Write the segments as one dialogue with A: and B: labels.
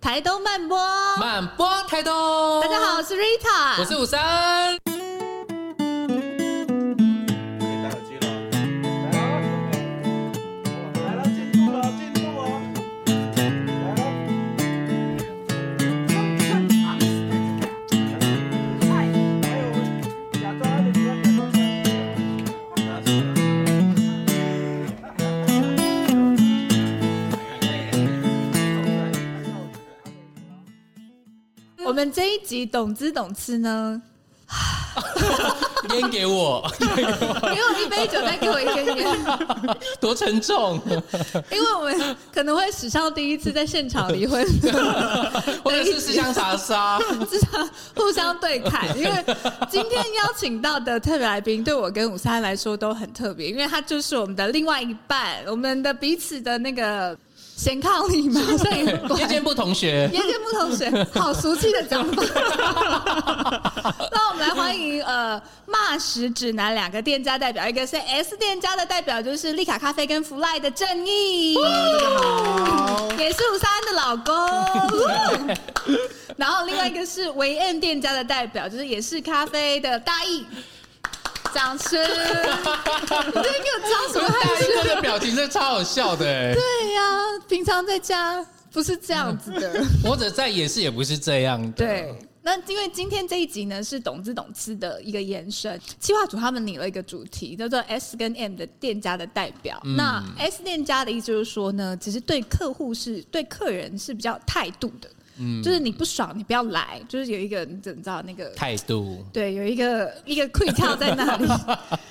A: 台东慢播。
B: 慢播台东，
A: 大家好，我，是 Rita，
B: 我是五三。
C: 戴耳机了，来了，进入了，进入了，来了。哎呦，假装还得假装。那是。
A: 嗯我们这一集懂知懂吃 呢，
B: 烟给我，
A: 给我一杯酒，再给我一根烟，
B: 多沉重，
A: 因为我们可能会史上第一次在现场离 婚，
B: 或者是四香茶沙。
A: 至少互相对看。因为今天邀请到的特别来宾，对我跟五三来说都很特别，因为他就是我们的另外一半，我们的彼此的那个贤伉俪嘛，好像也不
B: 夜间部同学，
A: 严建木同学， 好俗气的讲法。 那我们来欢迎呃，骂食指南两个店家代表，一个是 S 店家的代表，就是丽卡咖啡跟福赖的正义，也是五三的老公。然后另外一个是维恩店家的代表，就是也是咖啡的大义。掌 声！你这给我装什么
B: 大
A: 害
B: 一
A: 羞
B: 哥？的表情真的超好笑的欸，
A: 对呀、平常在家不是这样子的。
B: 我者在也是也不是这样的。
A: 对，那因为今天这一集呢是懂之懂吃的一个延伸，企划组他们拟了一个主题叫做 S 跟 M 的店家的代表。
B: 嗯
A: 那 S 店家的意思就是说呢，其实对客户是对客人是比较有态度的，
B: 嗯
A: 就是你不爽你不要来，就是有一个你怎知道那个。
B: 态度，
A: 对，有一个一个 quick out 在那里。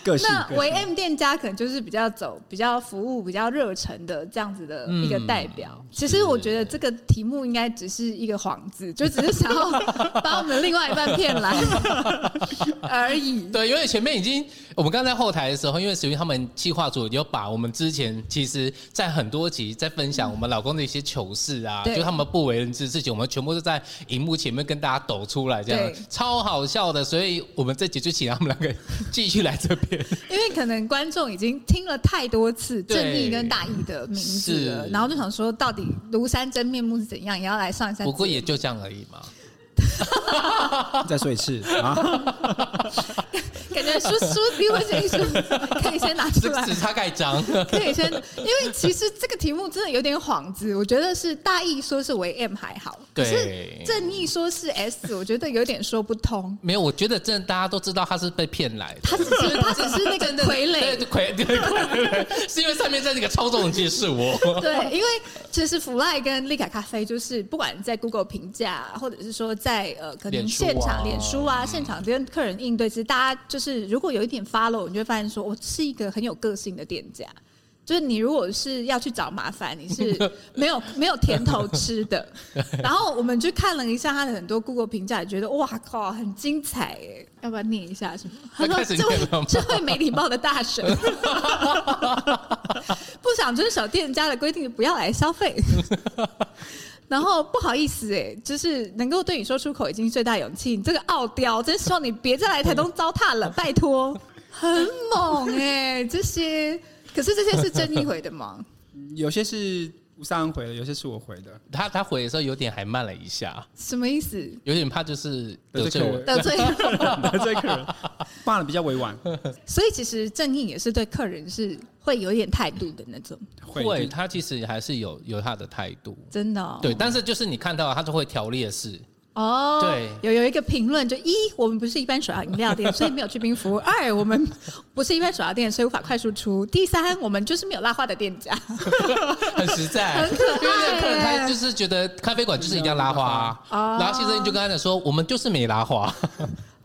D: 个性
A: 那
D: 个性
A: 维 M 店家可能就是比较走比较服务比较热忱的这样子的一个代表。其实我觉得这个题目应该只是一个幌子，就只是想要把我们的另外一半骗来而已。
B: 对，因为前面已经，我们刚才后台的时候，因为史云他们计划组有把我们之前其实，在很多集在分享我们老公的一些糗事啊，
A: 对
B: 就他们不为人知的事情，我们全部都在荧幕前面跟大家抖出来，这样
A: 对
B: 超好笑的。所以我们这集就请他们两个继续来这边。
A: 因为可能观众已经听了太多次
B: 对
A: 正义跟大义的名字了，
B: 是
A: 然后就想说到底庐山真面目是怎样，也要来上一下。
B: 不过也就这样而已嘛。
D: 再说一次啊！
A: 感觉书书离婚协议书可以先拿出
B: 这
A: 来
B: 个。只差盖章，
A: 可以先，因为其实这个题目真的有点幌子，我觉得是大意说是为 M 还好，可是
B: 对
A: 正义说是 S，我觉得有点说不通。
B: 没有，我觉得真的大家都知道他是被骗来的。
A: 他只是他只是那个傀儡，
B: 对，傀对傀儡，是因为上面在那个操纵的其实是我。
A: 对，因为其实福赖跟丽卡咖啡，就是不管在 Google 评价，或者是说在呃可能
B: 脸书啊
A: 现场脸书啊，现场跟客人应对，其实大家就是如果有一点 follow，你就会发现说，我是一个很有个性的店家。就是你如果是要去找麻烦，你是没有没有甜头吃的。 然后我们去看了一下他的很多 Google 评价，也觉得哇靠，很精彩哎！要不要念一下什么？他 说
B: 那开始
A: 这位
B: 念了吗
A: 这位没礼貌的大 神，不想遵守店家的规定，不要来消费。 然后不好意思哎、就是能够对你说出口已经最大勇气。你这个傲雕，真希望你别再来台东糟蹋 了，拜托。很猛哎、这些可是这些是正义回的吗？
D: 有些是吴三恩回的，有些是我回的。
B: 他他回的时候有点还慢了一下，
A: 什么意思？
B: 有点怕就是得
D: 得
B: 罪
D: 罪
B: 我
D: 客。
A: 得罪，
D: 这个人骂的比较委婉，
A: 所以其实正义也是对客人是会有一点态度的那种，
B: 会，他其实还是有有他的态度。
A: 真的、哦。
B: 对，但是就是你看到他就会条列 式，
A: 哦，
B: 对
A: 有有一个评论就一，我们不是一般手摇饮料店，所以没有去冰服务； 二，我们不是一般手摇店，所以无法快速出；第三，我们就是没有拉花的店家。
B: 很实在，
A: 很可爱
B: 哎因为那个客人他
A: 耶
B: 就是觉得咖啡馆就是一定要拉花啊，
A: 哦
B: 然后先生就跟他讲说，我们就是没拉花，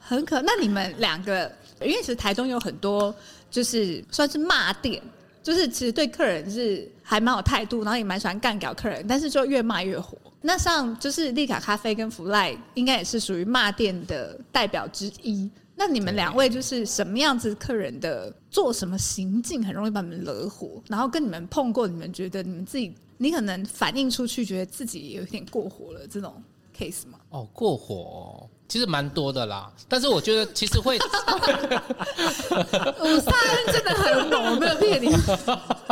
A: 很可。那你们两个，因为其实台中有很多就是算是骂店，就是其实对客人是还蛮有态度，然后也蛮喜欢干掉客人，但是就越骂越火。那像就是丽卡咖啡跟福赖，应该也是属于骂店的代表之一。那你们两位就是什么样子客人的做什么行径，很容易把你们惹火，然后跟你们碰过，你们觉得你们自己，你可能反映出去，觉得自己有一点过火了，这种 case 吗？
B: 哦，过火哦、其实蛮多的啦，但是我觉得其实会
A: 五三真的很猛，我没有骗你。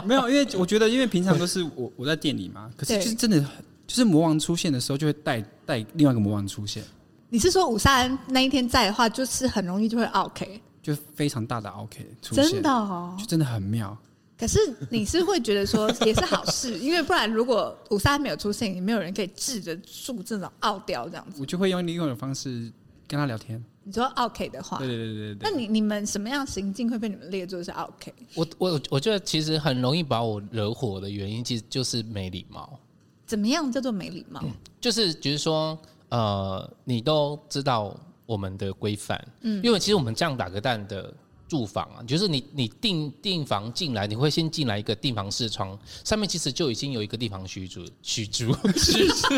D: 没有，因为我觉得，因为平常都是我我在店里嘛，可是
A: 对
D: 就是真的很就是魔王出现的时候，就会带带另外一个魔王出现，
A: 你是说五沙人那一天在的话，就是很容易就会啊 OK，
D: 就非常大的 OK 出现，
A: 真的哦。
D: 就真的很妙。
A: 可是你是会觉得说 也是好事，因为不然如果五沙没有出现，也没有人可以治得住这种傲雕这样子。
D: 我就会用另外一种方式跟他聊天。
A: 你说 OK 的话
D: 对，对对对
A: 那
D: 对对，
A: 你你们什么样行径会被你们列作是 OK？
B: 我我我觉得其实很容易把我惹火的原因，其实就是没礼貌。
A: 怎么样叫做没礼
B: 嗯
A: 貌？
B: 就是比如说，呃，你都知道我们的规范，嗯，因为其实我们这样打个蛋的住房啊，就是你你订订房进来，你会先进来一个订房视窗，上面其实就已经有一个地方居住居住 居住，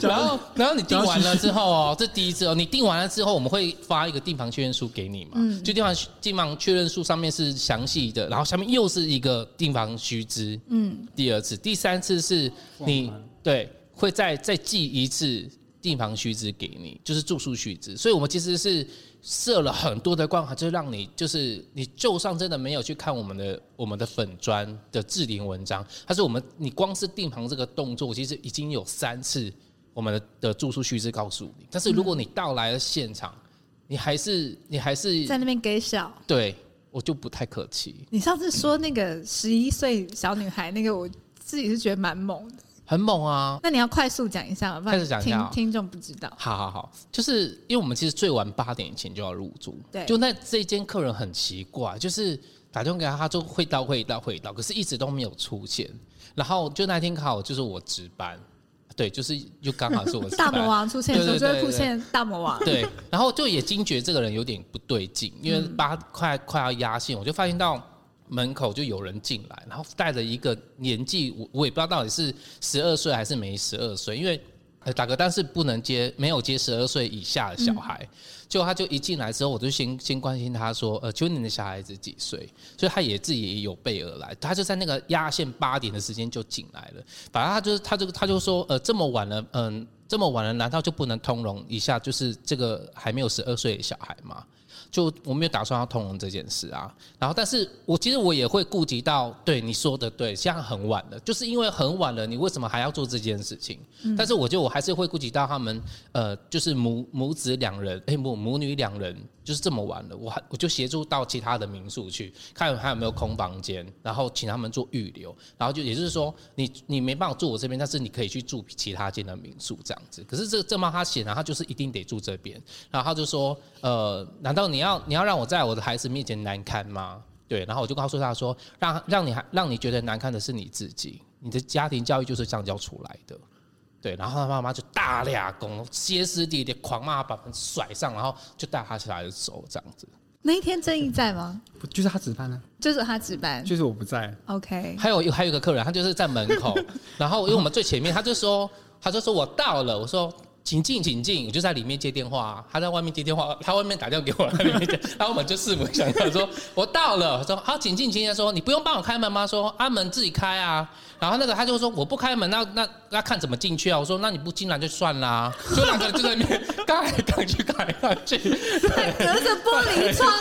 B: 然后然后你订完了之后哦，这第一次哦，你订完了之后，我们会发一个订房确认书给你嘛，就订房订房确认书上面是详细的，然后下面又是一个订房须知，嗯，第二次，第三次是你
D: 忘了
B: 对，会再再寄一次订房须知给你，就是住宿须知。所以我们其实是设了很多的关卡，就让你就是你就算真的没有去看我们的我们的粉砖的置顶文章，但是我们你光是订房这个动作，其实已经有三次我们的的住宿须知告诉你。但是如果你到来了现场，你还是你还是
A: 在那边给小。
B: 对我就不太客气，
A: 你上次说那个十一岁小女孩，那个我自己是觉得蛮猛的。
B: 很猛啊。
A: 那你要快速讲一下吗，不
B: 快速
A: 然
B: 讲一下
A: 听
B: 哦
A: 听众不知道。
B: 好好好，就是因为我们其实最晚八点以前就要入住，
A: 对
B: 就那这间客人很奇怪，就是打电话给他，他就会到会到会到，可是一直都没有出现。然后就那天刚好就是我值班，对，就是又刚好是我值
A: 大
B: 班
A: 魔王出现的时候，就
B: 对
A: 会
B: 对对
A: 出现大魔王。
B: 对，然后就也惊觉这个人有点不对劲，因为八快快要压线，我就发现到门口就有人进来，然后带着一个年纪，我我也不知道到底是十二岁还是没十二岁，因为。呃打个但是不能接，没有接十二岁以下的小孩，就他就一进来之后，我就先先关心他说，呃，请问你的小孩子几岁？所以他也自己也有备而来，他就在那个压线八点的时间就进来了。反正他就是他就他就说，呃，这么晚了，嗯、这么晚了，难道就不能通融一下？就是这个还没有十二岁的小孩吗？就我没有打算要通融这件事啊。然后，但是我其实我也会顾及到，对你说的对，现在很晚了，就是因为很晚了，你为什么还要做这件事情？但是我觉得我还是会顾及到他们，呃，就是母母子两人，哎、母母女两人，就是这么晚了，我还我就协助到其他的民宿去看还有没有空房间，然后请他们做预留，然后就也就是说，你你没办法住我这边，但是你可以去住其他间的民宿这样子。可是这个这妈她显然她就是一定得住这边，然后她就说，呃，难道你要你要让我在我的孩子面前难堪吗？对，然后我就告诉她说，让让你让你觉得难堪的是你自己，你的家庭教育就是这样教出来的。对，然后他妈妈就大俩公歇斯底里地狂骂，把门甩上，然后就带他起来走这样子。
A: 那一天正义在吗？
D: 不就是他值班呢、
A: 就是他值班。
D: 就是我不在，
A: OK，
B: 还有一还有一个客人，他就是在门口，然后因为我们最前面，他就说他就说我到了，我说。请进，请进！我就在里面接电话、他在外面接电话，他外面打电话给我，在里面接， 然后我们就四目相看，说我到了，我说好，请进，请进。他说你不用帮我开门吗？说啊，门自己开啊。然后那个他就说我不开门，那那那看怎么进去啊？我说那你不进来就算啦、就两个人就在那边 杠来杠去，杠来杠去。
A: 隔着玻璃窗，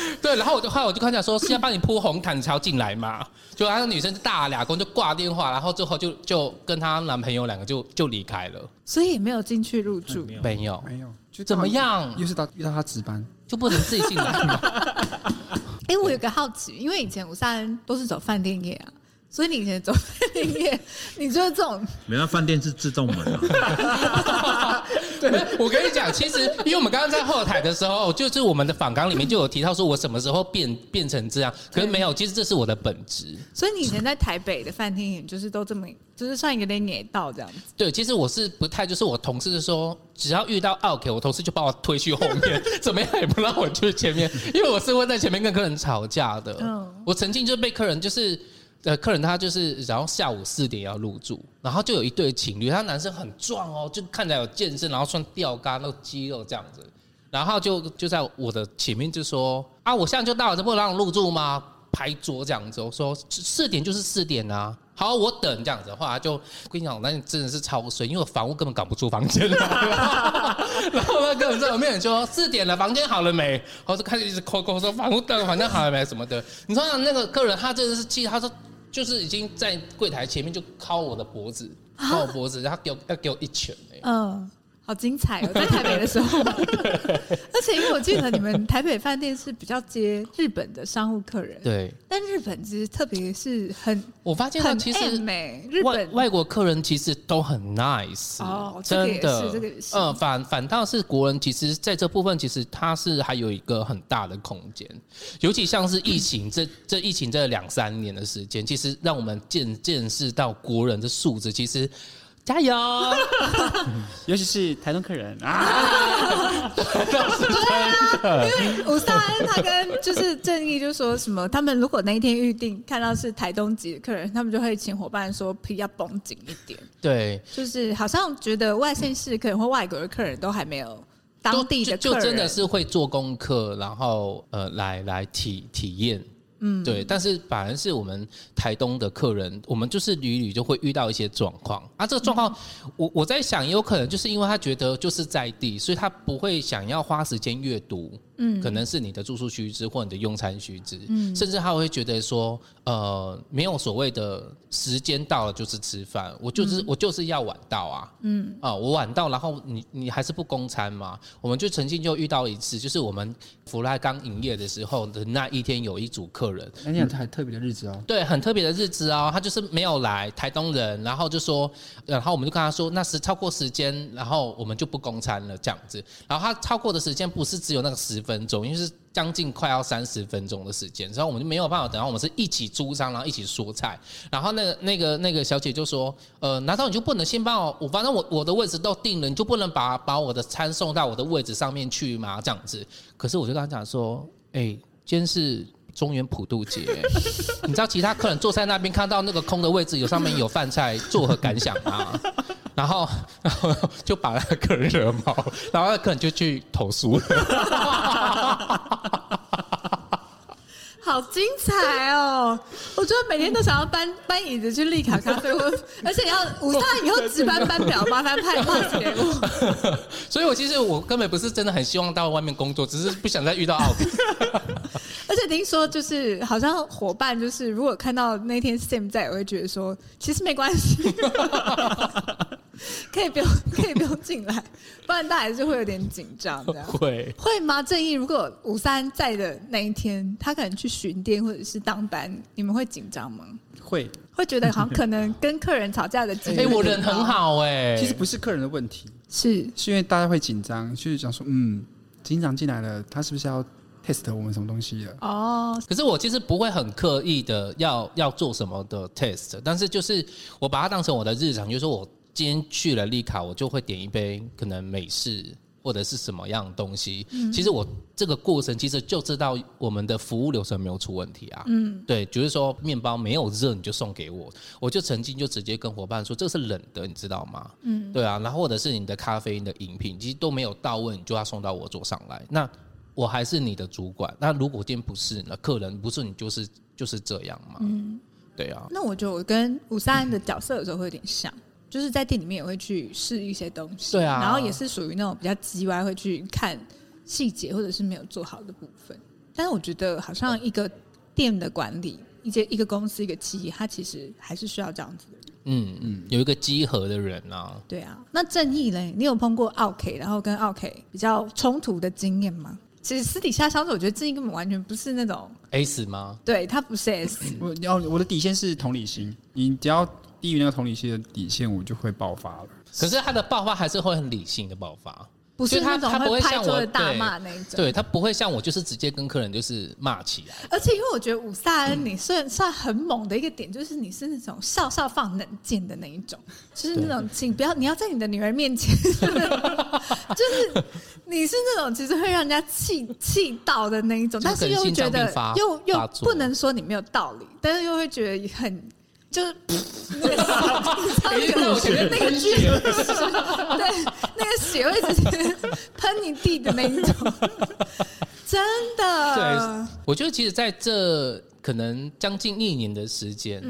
B: 对，然后我就后来我就看他说是要帮你铺红毯才要进来嘛，就那个女生就大俩公就挂电话，然后最后就就跟她男朋友两个就就离开了，
A: 所以也没有进去入住。
B: 没有
D: 没有，就
B: 怎么样
D: 又是到遇到他值班，
B: 就不能自己进来 吗？
A: 哎、我有个好奇，因为以前五三都是走饭店业啊，所以你以前走饭店业， 你就是这种
E: 没有，饭店是自动门 啊。
B: 对，我跟你讲，其实因为我们刚刚在后台的时候，就是我们的访纲里面就有提到说我什么时候变变成这样，可是没有，其实这是我的本质。
A: 所以你以前在台北的饭店，就是都这么，就是算有点野道这样子。
B: 对，其实我是不太，就是我同事就说，只要遇到 OK，我同事就把我推去后面， 怎么样也不让我去前面，因为我是会在前面跟客人吵架的。
A: 嗯
B: 我曾经就被客人就是。呃，客人他就是，然后下午四点要入住，然后就有一对情侣，他男生很壮哦，就看起来有健身，然后穿吊嘎那个肌肉这样子，然后就就在我的前面就说啊，我现在就到了，这不让我入住吗？拍桌这样子，我说四四点就是四点啊，好，我等这样子的话，就跟你讲，那真的是超衰，因为我房屋根本搞不出房间来，然后那个人在我面前说四点了，房间好了没？然后就开始一直扣扣说房屋等房间好了没什么的，你知道那个客人他真的是气，他说就是已经在柜台前面就敲我的脖子，抱我脖子，然后给我要给我一拳哎、
A: 嗯，好精彩 哦，在台北的时候， 而且因为我记得你们台北饭店是比较接日本的商务客人，
B: 对，
A: 但日本其实特别是很
B: 我发现到
A: 很
B: 其实
A: M 欸日
B: 外
A: 本
B: 外国客人其实都很 nice，
A: 哦这个也
B: 真的，
A: 是这个也是
B: 嗯，反反倒是国人，其实在这部分，其实它是还有一个很大的空间，尤其像是疫情这这疫情这两三年的时间，其实让我们见见识到国人的素质，其实加油，
D: 尤其是台东客人 啊，
A: 啊吴尚恩他跟就是正义就说什么，他们如果那一天预定看到是台东籍的客人，他们就会请伙伴说皮要绷紧一点，
B: 对，
A: 就是好像觉得外县市客人或外国的客人都还没有当地的
B: 就
A: 客
B: 就
A: 人
B: 真的是会做功课，然后呃来来体体验。嗯，对，但是反而是我们台东的客人，我们就是屡屡就会遇到一些状况啊。这个状况，我我在想，也有可能就是因为他觉得就是在地，所以他不会想要花时间阅读，嗯，可能是你的住宿须知或你的用餐须知，嗯，甚至他会觉得说，呃，没有所谓的时间到了就是吃饭，我就是、我就是要晚到啊，嗯，啊，我晚到，然后你你还是不供餐嘛？我们就曾经就遇到一次，就是我们福来刚营业的时候的那一天，有一组客人，
D: 那天很特别的日子哦。
B: 对，很特别的日子哦，他就是没有来，台东人，然后就说，呃然后我们就跟他说，那是超过时间，然后我们就不供餐了这样子。然后他超过的时间不是只有那个十分钟，因为是将近快要三十分钟的时间，所以我们就没有办法等。然后我们是一起租商，然后一起说菜。然后那个那个那个小姐就说，呃，难道你就不能先帮我？我反正我我的位置都定了，你就不能把把我的餐送到我的位置上面去吗？这样子。可是我就跟他讲说，哎、今天是。中原普渡节、 你知道其他客人坐在那边看到那个空的位置，有上面有饭菜，作何感想啊？ 然后， 然后就把那个客人惹毛，然后那客人就去投诉了。
A: 好精彩哦！我觉得每天都想要搬 搬椅子去丽卡咖啡，我而且要吴尚恩以后值班班表，麻烦派派给我。
B: 所以我其实我根本不是真的很希望到外面工作，只是不想再遇到奥比。
A: 而且听说就是好像伙伴就是如果看到那天 Sam 在，我会觉得说其实没关系，可以不用可以不用进来，不然他还是会有点紧张 的。
D: 啊
B: 会，
A: 会吗？正义，如果五三在的那一天，他可能去巡店或者是当班，你们会紧张吗？
D: 会，
A: 会觉得好像可能跟客人吵架的机会
B: 哎、我
A: 更
B: 人
A: 高
B: 很，好哎、
D: 其实不是客人的问题，
A: 是
D: 是因为大家会紧张，就是想说，嗯，警长进来了，他是不是要 test 我们什么东西了？
A: 哦，
B: 可是我其实不会很刻意的要要做什么的 test，但是就是我把它当成我的日常，就是说我今天去了丽卡，我就会点一杯可能美式或者是什么样的东西。其实我这个过程其实就知道我们的服务流程没有出问题啊。嗯，对，就是说面包没有热你就送给我，我就曾经就直接跟伙伴说这个是冷的，你知道吗？嗯，对啊，然后或者是你的咖啡因的饮品其实都没有到位，你就要送到我桌上来。那我还是你的主管。那如果今天不是呢？客人不是你，就是就是这样嘛。对啊，
A: 那我觉得我跟五三安的角色有时候会有点像，就是在店里面也会去试一些东西，
B: 对啊
A: 然后也是属于那种比较叽歪，会去看细节或者是没有做好的部分。但是我觉得好像一个店的管理，一间一个公司一个企业，它其实还是需要这样子的人。
B: 嗯嗯，有一个集合的人啊，
A: 对啊，那正义嘞，你有碰过奥 K，然后跟奥 K 比较冲突的经验吗？其实私底下相处，我觉得正义根本完全不是那种，
B: S 吗？
A: 对他不是
B: 嗯
A: S，
D: 我要我的底线是同理心，你只要低于那个同理心的底线，我就会爆发了。
B: 可是他的爆发还是会很理性的爆发，
A: 不是
B: 就
A: 那
B: 他
A: 种
B: 他不会
A: 拍
B: 像
A: 桌
B: 我
A: 的大骂那一种。
B: 对他不会像我，就是直接跟客人就是骂起来。
A: 而且因为我觉得五萨
B: 嗯
A: 恩你算算很猛的一个点，就是你是那种笑笑放冷箭的那一种，就是那种请不要你要在你的女儿面前，就是你是那种其实会让人家气气到的那一种，
B: 就
A: 但
B: 是
A: 是
B: 可能
A: 又
B: 心
A: 觉
B: 脏病
A: 得
B: 发
A: 又又
B: 发作
A: 不能说你没有道理，但是又会觉得很就是。那个那个剧，对，那个血会直接喷你地的那一种，真的。
B: 我觉得其实在这可能将近一年的时间，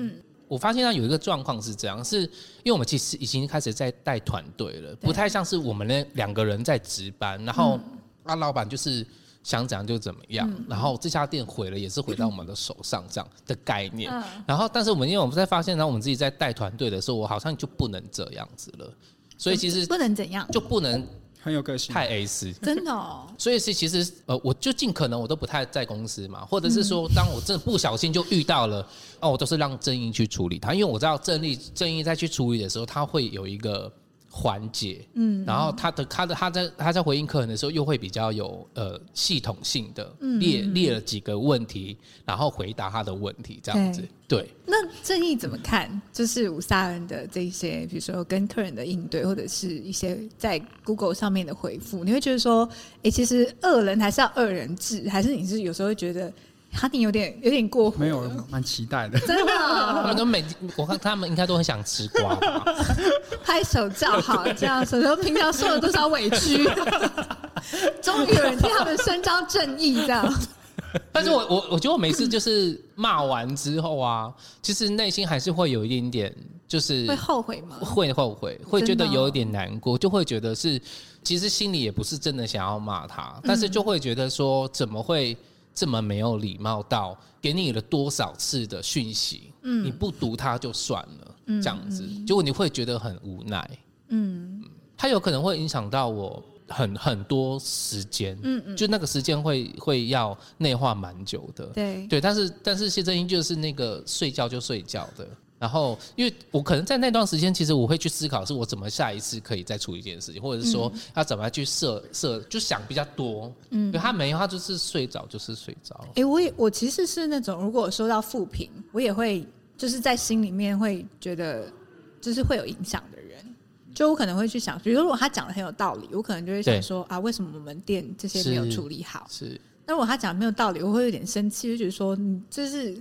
B: 我发现到有一个状况是这样，是因为我们其实已经开始在带团队了，不太像是我们那两个人在值班，然后那、啊老板就是想怎样就怎么样，然后这家店毁了也是毁到我们的手上这样的概念。
A: 嗯
B: 然后，但是我们因为我们在发现，然后我们自己在带团队的时候，我好像就不能这样子了，所以其实
A: 不能怎样，
B: 就不能
D: 很有个性。
B: 太 A 四。
A: 真的哦，
B: 所以是其实呃，我就尽可能我都不太在公司嘛，或者是说，当我真的不小心就遇到了，哦，我都是让正义去处理它，因为我知道正义正义在去处理的时候，他会有一个缓解，嗯，然后他的他的他在他在回应客人的时候，又会比较有呃系统性的列、列了几个问题，然后回答他的问题这样子，对。
A: 那正义怎么看？就是五萨人的这一些，比如说跟客人的应对，或者是一些在 Google 上面的回复，你会觉得说，哎、其实恶人还是要恶人治，还是你是有时候会觉得哈你有点有点过火？
D: 没有，蛮期待的。
A: 真的
B: 他
A: 哦、
B: 们都每，我看他们应该都很想吃瓜吧，
A: 拍手叫好，这样手说平常受了多少委屈，终于有人替他们伸张正义，这样。
B: 但是我我我觉得我每次就是骂完之后啊， 其实内心还是会有一点点，就是
A: 会后悔吗？
B: 会后悔，会觉
A: 真的
B: 得
A: 哦
B: 有一点难过，就会觉得是其实心里也不是真的想要骂他，
A: 嗯
B: 但是就会觉得说怎么会这么没有礼貌到给你了多少次的讯息，
A: 嗯
B: 你不读他就算了，这样子，结果你会觉得很无奈，
A: 嗯，
B: 它有可能会影响到我很很多时间，嗯嗯，就那个时间会会要内化蛮久的，
A: 对，
B: 对，但是但是谢振英就是那个睡觉就睡觉的，然后因为我可能在那段时间，其实我会去思考，是我怎么下一次可以再处理这件事情，或者是说要怎么样去设设，就想比较多。嗯，他没有，他就是睡着就是睡着。
A: 哎、我也我其实是那种，如果我收到负评，我也会就是在心里面会觉得，就是会有影响的人，就我可能会去想，比如如果他讲的很有道理，我可能就会想
B: 对
A: 说啊，为什么我们店这些没有
B: 是
A: 处理好？
B: 是，
A: 那如果他讲得没有道理，我会有点生气，就觉得说你这是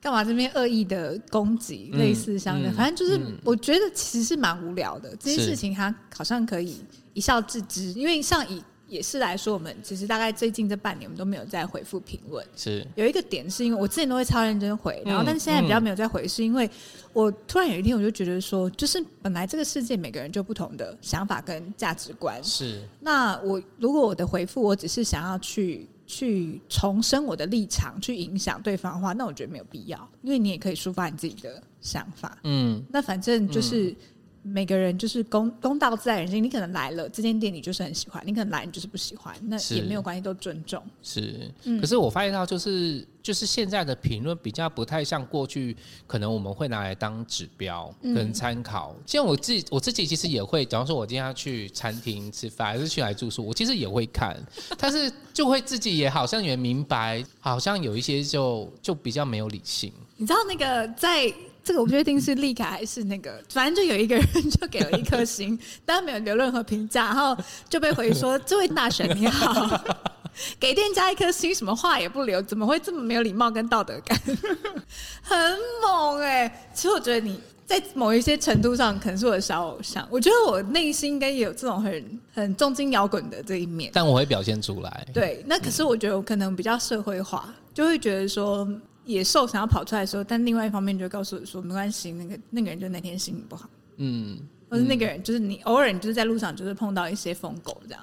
A: 干嘛这边恶意的攻击，
B: 嗯
A: 类似像的，
B: 嗯
A: 反正就是
B: 嗯
A: 我觉得其实是蛮无聊的。这件
B: 是
A: 事情他好像可以一笑置之，因为像以也是来说，我们其实大概最近这半年我们都没有在回复评论。
B: 是
A: 有一个点是因为我之前都会超认真回，然后
B: 嗯
A: 但是现在比较
B: 嗯
A: 没有在回，是因为我突然有一天我就觉得说，就是本来这个世界每个人就不同的想法跟价值观，
B: 是，
A: 那我如果我的回复我只是想要去去重申我的立场，去影响对方的话，那我觉得没有必要，因为你也可以抒发你自己的想法。
B: 嗯，
A: 那反正就是每个人就是公公道自在人心，你可能来了这间店你就是很喜欢，你可能来你就是不喜欢，那
B: 是
A: 也没有关系，都尊重。
B: 是，
A: 嗯
B: 可是我发现到就是就是现在的评论比较不太像过去，可能我们会拿来当指标
A: 嗯
B: 跟参考。像我自己我自己其实也会，假如说我今天要去餐厅吃饭，还是去来住宿，我其实也会 看，但是就会自己也好像也明白，好像有一些就就比较没有理性。
A: 你知道那个在这个我不确定是丽卡还是那个，反正就有一个人就给了一颗星，但没有留任何评价，然后就被回说：“这位大神你好，给店家一颗星，什么话也不留，怎么会这么没有礼貌跟道德感？ 很猛哎、其实我觉得你。在某一些程度上，可能是我的小偶像。我觉得我内心应该也有这种很很重金摇滚的这一面。
B: 但我会表现出来，
A: 对，那可是我觉得我可能比较社会化，就会觉得说野兽想要跑出来的时候，但另外一方面就会告诉我说没关系，那个那个人就那天心情不好，
B: 嗯，
A: 或者那个人就是你偶尔你就是在路上就是碰到一些疯狗这样，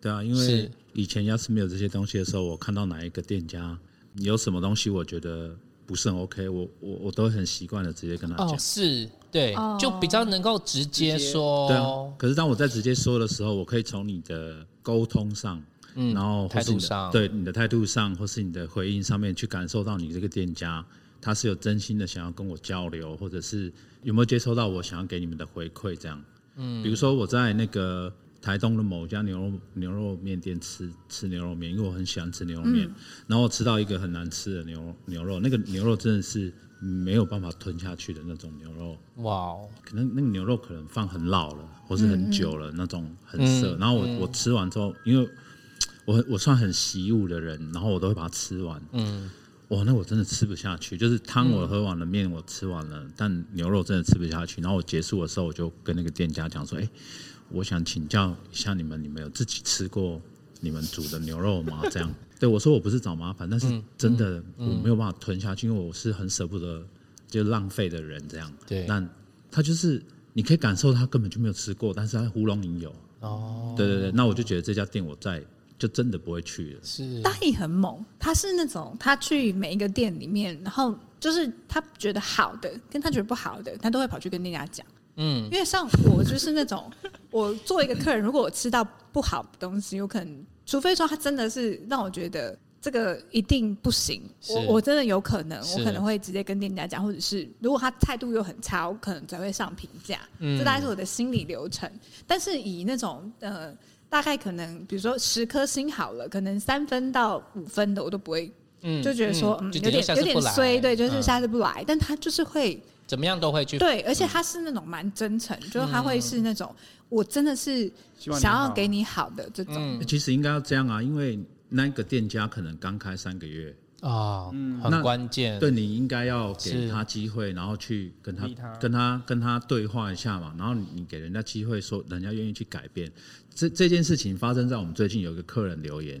E: 对啊，因
B: 是
E: 为以前要是没有这些东西的时候，我看到哪一个店家有什么东西，我觉得不是很 OK，我我我都会很习惯的直接跟他讲。
B: 哦，是对，
A: 哦
B: 就比较能够直接说，
E: 对
B: 哦
E: 啊，可是当我在直接说的时候，我可以从你的沟通上，
B: 嗯
E: 然后或是
B: 态度
E: 你的
B: 上
E: 对你的态度上，或是你的回应上面，去感受到你这个店家他是有真心的想要跟我交流，或者是有没有接收到我想要给你们的回馈，这样。嗯，比如说我在那个台东的某家牛肉牛肉面店吃吃牛肉面，因为我很喜欢吃牛肉面，
B: 嗯
E: 然后我吃到一个很难吃的牛肉牛肉，那个牛肉真的是没有办法吞下去的那种牛肉。
B: 哇哦，
E: 可能那个牛肉可能放很老了，或是很久了，那种很涩。
B: 嗯
E: 然后我、我吃完之后，因为我很我算很习物的人，然后我都会把它吃完。嗯，哇，那我真的吃不下去，就是汤我喝完了，面我吃完了，但牛肉真的吃不下去。然后我结束的时候，我就跟那个店家讲说：“哎、我想请教一下你们，你们有自己吃过你们煮的牛肉吗？” 这样，对我说我不是找麻烦，但是
B: 嗯
E: 真的我没有办法吞下去，因为我是很舍不得就浪费的人。这样，
B: 对
E: 但他就是你可以感受他根本就没有吃过，但是他糊弄你有。
B: 哦，
E: 对对对，那我就觉得这家店我再就真的不会去了。
B: 是
A: 大意很猛，他是那种他去每一个店里面，然后就是他觉得好的，跟他觉得不好的，他都会跑去跟店家讲。
B: 嗯，
A: 因为像我就是那种，我作为一个客人，如果我吃到不好的东西，我可能除非说他真的是让我觉得这个一定不行，我
B: 是
A: 我真的有可能，
B: 是
A: 我可能会直接跟店家讲，或者是如果他态度又很差，我可能才会上评价。
B: 嗯
A: 这大概是我的心理流程。但是以那种呃，大概可能比如说十颗星好了，可能三分到五分的我都不会，
B: 嗯
A: 就觉得说嗯
B: 就
A: 有
B: 等于
A: 点
B: 下
A: 有
B: 次不
A: 点
B: 来
A: 衰，对，就是
B: 嗯
A: 下次不来。但他就是会。
B: 怎么样都会去，
A: 对，而且他是那种蛮真诚，就是他会
B: 嗯
A: 是那种我真的是
D: 希望你
A: 想要
D: 好
A: 给你好的这种。
B: 嗯
E: 其实应该要这样啊，因为那个店家可能刚开三个月，
B: 啊，很
E: 嗯那
B: 关键，嗯
E: 对你应该要给
B: 是
E: 他机会，然后去跟他
D: 理他
E: 跟他跟他对话一下嘛，然后你你给人家机会，说人家愿意去改变。这这件事情发生在我们最近有一个客人留言，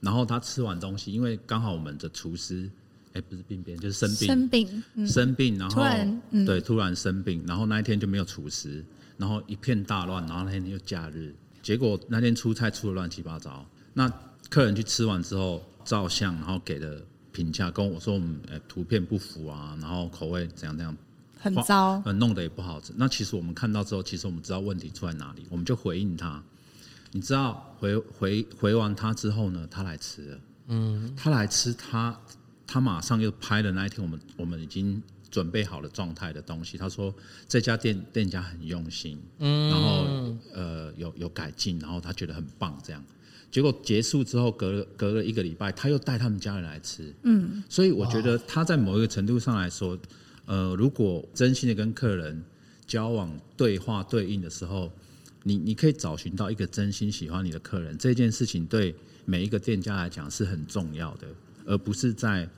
E: 然后他吃完东西，因为刚好我们的厨师，哎、不是病变就是生病，
A: 生病，嗯，
E: 生病，然后
A: 突然嗯
E: 对突然生病，然后那一天就没有厨师，然后一片大乱，然后那天又假日，结果那天出菜出的乱七八糟。那客人去吃完之后照相，然后给的评价跟我说我们、呃图片不符啊，然后口味怎样怎样，
A: 很糟，
E: 呃，弄得也不好吃。那其实我们看到之后，其实我们知道问题出在哪里，我们就回应他。你知道回回回完他之后呢，他来吃了，嗯，他来吃他他马上又拍了那一天我们我们已经准备好了状态的东西。他说这家店店家很用心，嗯，然后呃有有改进，然后他觉得很棒这样。结果结束之后，隔了隔了一个礼拜，他又带他们家人来吃，嗯，所以我觉得他在某一个程度上来说，呃，如果真心的跟客人交往、对话、对应的时候，你你可以找寻到一个真心喜欢你的客人，这件事情对每一个店家来讲是很重要的，而不是在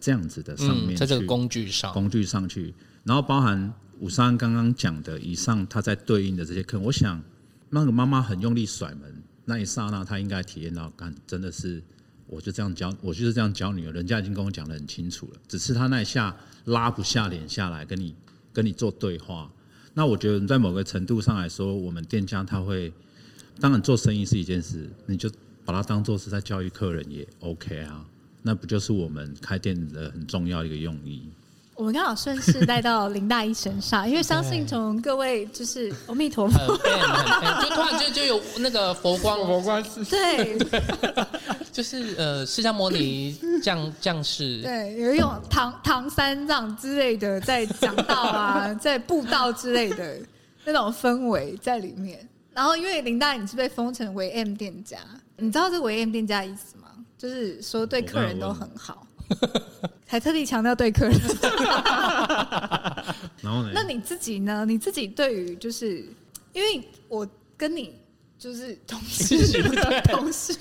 E: 这样子的上面去、
B: 嗯，在这个工具上，
E: 工具上去，然后包含武三刚刚讲的以上，他在对应的这些客人，我想那个妈妈很用力甩门那一刹那，她应该体验到，干真的是我就这样教，我就是这样教女儿，人家已经跟我讲的很清楚了，只是她那一下拉不下脸下来跟你跟你做对话。那我觉得在某个程度上来说，我们店家他会，当然做生意是一件事，你就把它当做是在教育客人也 OK 啊。那不就是我们开店的很重要一个用意？
A: 我们刚好顺势带到林大一身上，因为相信从各位就是阿弥陀佛，
B: 很 man，很 man，就突然就就有那个佛 光，
D: 我关是
A: 对
B: 就是呃释迦摩尼降降世，
A: 对，有一种唐唐三藏之类的在讲道啊，在布道之类的那种氛围在里面。然后因为林大你是被封成为 M 店家，你知道这为 M 店家的意思吗？就是说对客人都很好，还特地强调对客人。
E: 然后呢？
A: 那你自己呢？你自己对于就是因为我跟你就是同事同事，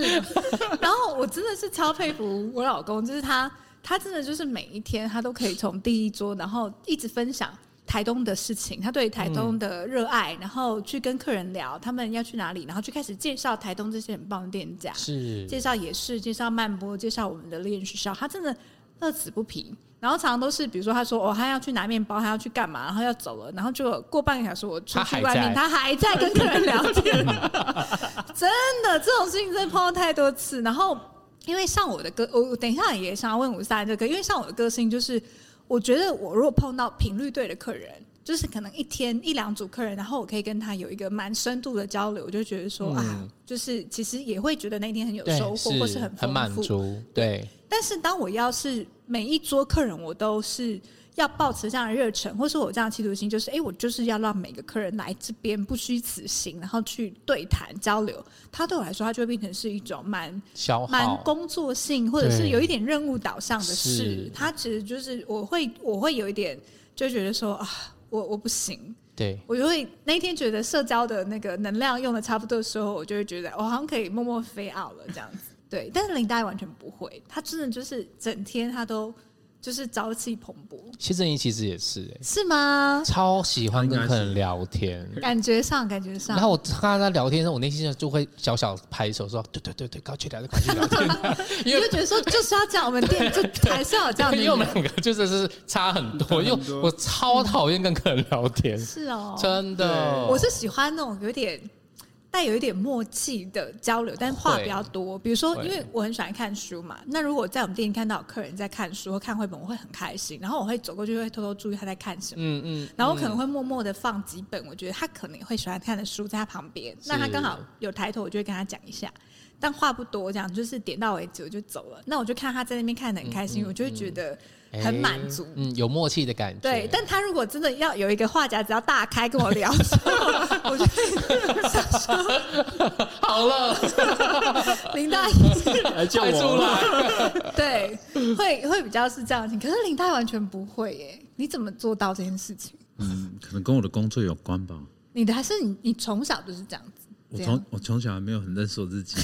A: 然后我真的是超佩服我老公，就是他，他真的就是每一天他都可以从第一桌，然后一直分享。台东的事情，他对台东的热爱，然后去跟客人聊他们要去哪里，然后去开始介绍台东这些很棒的店家。
B: 是
A: 介绍也是介绍曼波，介绍我们的猎人学校，他真的乐此不疲。然后常常都是，比如说他说哦，他要去拿面包，他要去干嘛，然后要走了，然后就过半个小时，我出
B: 他
A: 去
B: 还
A: 外面，
B: 在
A: 他还在跟客人聊 天。真的，这种事情真的碰到太多次。然后因为像我的个，我我等一下也想要问五三这个，因为像我的个性就是，我觉得我如果碰到频率对的客人。就是可能一天一两组客人，然后我可以跟他有一个蛮深度的交流，我就觉得说、啊
B: 嗯，
A: 就是其实也会觉得那一天很有
B: 对
A: 收获，或是很
B: 很满
A: 丰富。
B: 足，对，
A: 但是当我要是每一桌客人，我都是要保持这样的热忱，或是我这样的企图心，就是哎、诶我就是要让每个客人来这边不虚此行，然后去对谈交流。它对我来说，它就会变成是一种蛮
B: 消耗
A: 蛮工作性，或者是
B: 对
A: 有一点任务导向的
B: 是
A: 事。它其实就是我会我会有一点就觉得说啊，我我不行，
B: 对，
A: 我就会那一天觉得社交的那个能量用的差不多的时候，我就会觉得我好像可以默默飞 out 了这样子。对，但是林黛完全不会，她真的就是整天她都就是朝气蓬勃，
B: 谢振英其实也是、欸，
A: 是吗？
B: 超喜欢跟客
E: 应该是
B: 人聊天。
A: 感觉上，感觉上
B: 然，后我看到他聊天的时候，我内心就会小小拍手说：“对对对对，快去聊，快去聊天。
A: 你
B: 因为
A: 就觉得说就是要这样，我们店 就还是要有这样的
B: 因为我们
A: 人。
B: 两个就真的是差很多，因为
D: 差很多
B: 我超讨厌跟客人聊天，
A: 是哦，
B: 真的。
D: 对
A: 我是喜欢那种有点带有一点默契的交流，但话
B: 会
A: 比较多。比如说，
B: 会
A: 因为我很喜欢看书嘛，那如果在我们店里看到有客人在看书或看绘本，我会很开心，然后我会走过去会偷偷注意他在看什么。
B: 嗯嗯，
A: 然后我可能会默默的放几本，我觉得他可能也会喜欢看的书在他旁边，那他刚好有抬头，我就会跟他讲一下，但话不多，这样就是点到为止，我就走了。那我就看他在那边看的很开
B: 嗯
A: 心，我就会觉得很满足。
B: 哎嗯，有默契的感觉。
A: 对，但他如果真的要有一个话匣子要大开跟我聊 的时候，我就会想说
B: 好了，
A: 林大爷
E: 来叫
B: 快出
E: 我，
B: 来。
A: 对会会比较是这样子，可是林大爷完全不会耶，你怎么做到这件事情？
E: 嗯，可能跟我的工作有关吧。
A: 你的还是你你从小就是这样子，
E: 我
A: 这样
E: 从我从小还没有很认识我自己，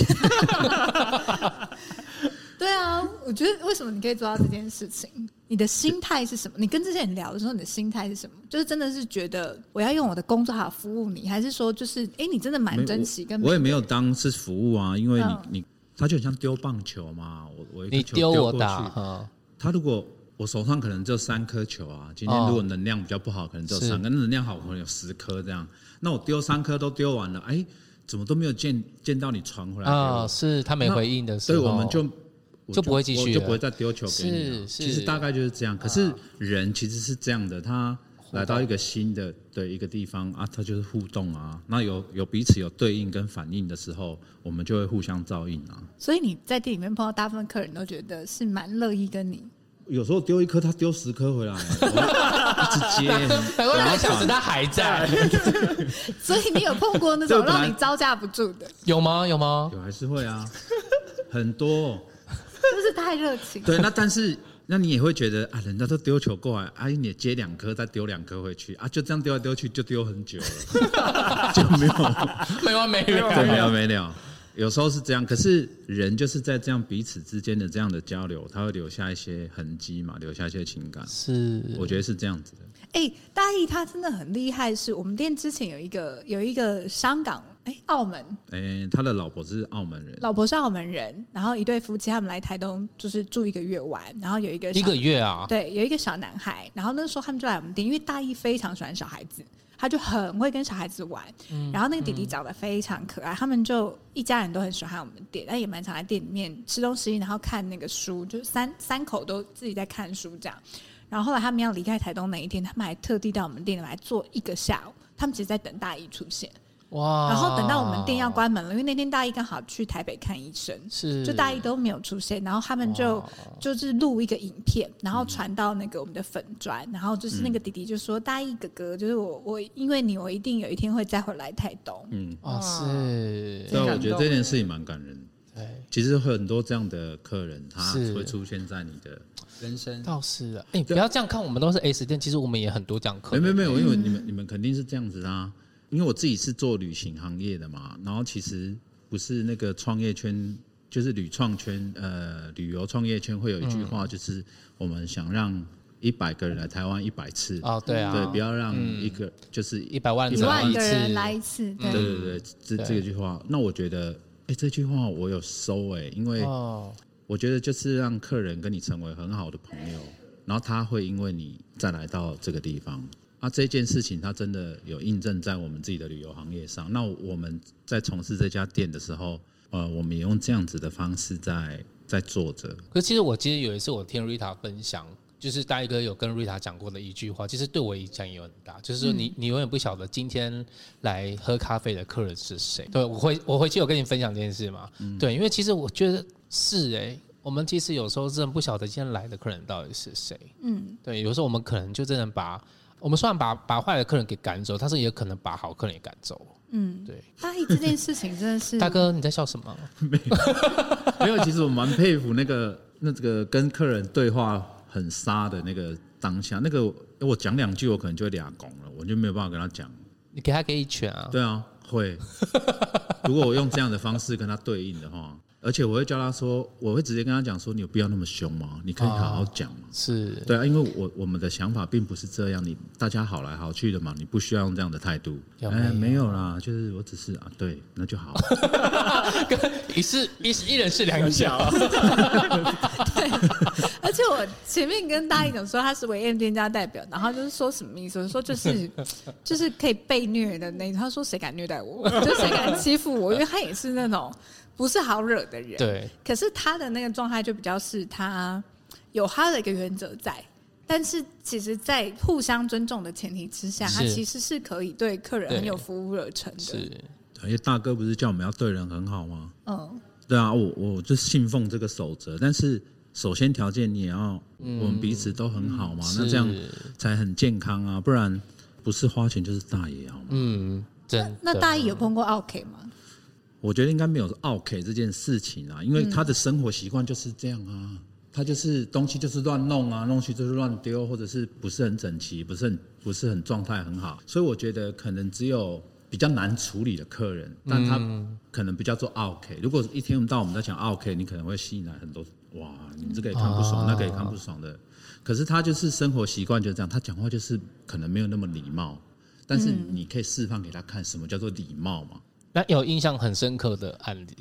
A: 对啊，我觉得为什么你可以做到这件事情？你的心态是什么？你跟这些人聊的时候，你的心态是什么？就是真的是觉得我要用我的工作好好服务你，还是说就是哎、诶你真的蛮珍惜跟
E: 我
A: 每
E: 我也没有当是服务啊，因为你、
A: 嗯
E: 你他就很像丢棒球嘛，我我一个
B: 你
E: 球
B: 丢我
E: 过
B: 打，
E: 去，
B: 哈，
E: 他如果我手上可能只有三颗球啊，今天
B: 哦
E: 如果能量比较不好，可能只有
B: 是
E: 三颗；能量好，可能有十颗这样。那我丢三颗都丢完了，哎，怎么都没有见见到你传回来给
B: 啊，
E: 我？
B: 是他没
E: 那
B: 回应的时
E: 所以
B: 候，
E: 我们就我
B: 就不会继续
E: 我就不
B: 了
E: 会再丢球给你了。
B: 是啊是
E: 其实大概就是这样。可是人其实是这样的，他来到一个新的的一个地方啊，他就是互动啊。那有有彼此有对应跟反应的时候，我们就会互相照应啊。
A: 所以你在店里面碰到大部分客人都觉得是蛮乐意跟你。
E: 有时候丢一颗，他丢十颗回 来，我一直接。
B: 难怪那
E: 麻
B: 小时
E: 烦
B: 他还 在，
A: 所以你有碰过那
E: 这
A: 种
E: 个本来
A: 让你招架不住的，
B: 有吗？有吗？
E: 有还是会啊，很多。
A: 就是太热情。
E: 对，那但是那你也会觉得啊，人家都丢球过来，啊，你也接两颗，再丢两颗回去，啊，就这样丢来丢去，就丢很久了，就没有
B: 没完没 啊
E: 对没
B: 了。
E: 有没了。有时候是这样，可是人就是在这样彼此之间的这样的交流，他会留下一些痕迹嘛，留下一些情感。
B: 是，
E: 我觉得是这样子的。
A: 哎、大意他真的很厉害，是我们店之前有一个有一个香港哎、澳门
E: 诶、他的老婆是澳门人，
A: 老婆是澳门人，然后一对夫妻他们来台东就是住一个月玩，然后有一个
B: 一
A: 小
B: 个月啊，
A: 对，有一个小男孩，然后那时候他们就来我们店，因为大一非常喜欢小孩子，他就很会跟小孩子玩。然后那个弟弟长得非常可爱，他们就一家人都很喜欢我们店，但也蛮常来店里面吃东西，然后看那个书，就三三口都自己在看书这样。然后后来他们要离开台东那一天，他们还特地到我们店里来坐一个下午，他们其实在等大一出现。
B: 哇！
A: 然后等到我们店要，关门了，因为那天大一刚好去台北看医生，
B: 是哦
A: 就大一都没有出现，然后他们就
B: 哇
A: 就是录一个影片，然后传到那个我们的粉砖，然后就是那个弟弟就说：“大一哥哥，就是我，我因为你，我一定有一天会再回来台东。
E: 嗯，
B: 哦，是，
E: 对啊，我觉得这件事
A: 情
E: 情蛮感人的。
B: 对，
E: 其实很多这样的客人，他
B: 是
E: 会出现在你的
D: 人生
B: 倒是啊。哎，不要这样看，我们都是 S 店，其实我们也很多这样客
E: 没
B: 人。
E: 没没有，因
B: 嗯
E: 为你们你们肯定是这样子啊，因为我自己是做旅行行业的嘛，然后其实不是那个创业圈，就是旅创圈，呃，旅游创业圈会有一句
B: 嗯
E: 话，就是我们想让一百个人来台湾一百次，
B: 哦，对啊，嗯
E: 对，不要让一个、就是
B: 一百万
E: 一
A: 一
B: 人
A: 万
B: 一
A: 个
B: 次
A: 人来一次，对，
E: 对对对，这
B: 对
E: 这个句话，那我觉得，哎、这句话我有收哎、因为
B: 哦，
E: 我觉得就是让客人跟你成为很好的朋友，然后他会因为你再来到这个地方。啊，这件事情它真的有印证在我们自己的旅游行业上。那我们在从事这家店的时候，呃，我们也用这样子的方式在在做着。
B: 可是其实我记得有一次我听 Rita 分享，就是大一哥有跟 Rita 讲过的一句话，其实对我影响也很大，就是说你、你永远不晓得今天来喝咖啡的客人是谁。对我回我回去有跟你分享这件事嘛？对，因为其实我觉得是哎、我们其实有时候真的不晓得今天来的客人到底是谁。
A: 嗯，
B: 对，有时候我们可能就真的把我们虽然把把坏的客人给赶走，但是也可能把好客人也赶走。
A: 嗯，
B: 对，
A: 大一这件事情真的是
B: 大哥你在笑什么？
E: 没有，其实我蛮佩服那个 那这个跟客人对话很沙的那个当下，那个我讲两句我可能就会俩拱了，我就没有办法跟他讲。
B: 你给他给一拳啊！
E: 对啊，会。如果我用这样的方式跟他对应的话，而且我会教他说，我会直接跟他讲说，你有必要那么凶吗？你可以好好讲
B: 哦
E: 嘛。
B: 是
E: 对啊，因为我我们的想法并不是这样，你大家好来好去的嘛，你不需要用这样的态度。
B: 有没有
E: 哎，没有啦，就是我只是啊，对，那就好。
B: 跟一是一一人是两啊脚，
A: 而且我前面跟大一总说他是维 M 店家代表，然后就是说什么意思？我说就是 就是可以被虐的那种。他说谁敢虐待我， 就谁敢欺负我，因为他也是那种不是好惹的人。。
B: 对，
A: 可是他的那个状态就比较是他有他的一个原则在，但是其实，在互相尊重的前提之下，他
B: 是
A: 其实是可以对客人
B: 对
A: 很有服务热忱的。
B: 是
E: 因为大哥不是叫我们要对人很好吗？
A: 嗯，
E: 对啊，我我就信奉这个守则，但是首先条件你也要我们彼此都很好嘛，
B: 嗯
E: 那
B: 是
E: 这样才很健康啊，不然不是花钱就是大爷啊嘛。
B: 嗯，真
A: 那
B: 的
A: 大一有碰过 OK 吗？
E: 我觉得应该没有 OK 这件事情啊，因为他的生活习惯就是这样啊，他就是东西就是乱弄啊，东西就是乱丢，或者是不是很整齐，不是很不是很状态很好，所以我觉得可能只有比较难处理的客人，但他可能比较做 OK。如果一天到晚我们在讲 OK，你可能会吸引来很多哇，你们这个也看不
B: 啊
E: 爽，那个也看不爽的。可是他就是生活习惯就是这样，他讲话就是可能没有那么礼貌，但是你可以示范给他看什么叫做礼貌嘛。
B: 那有印象很深刻的案例，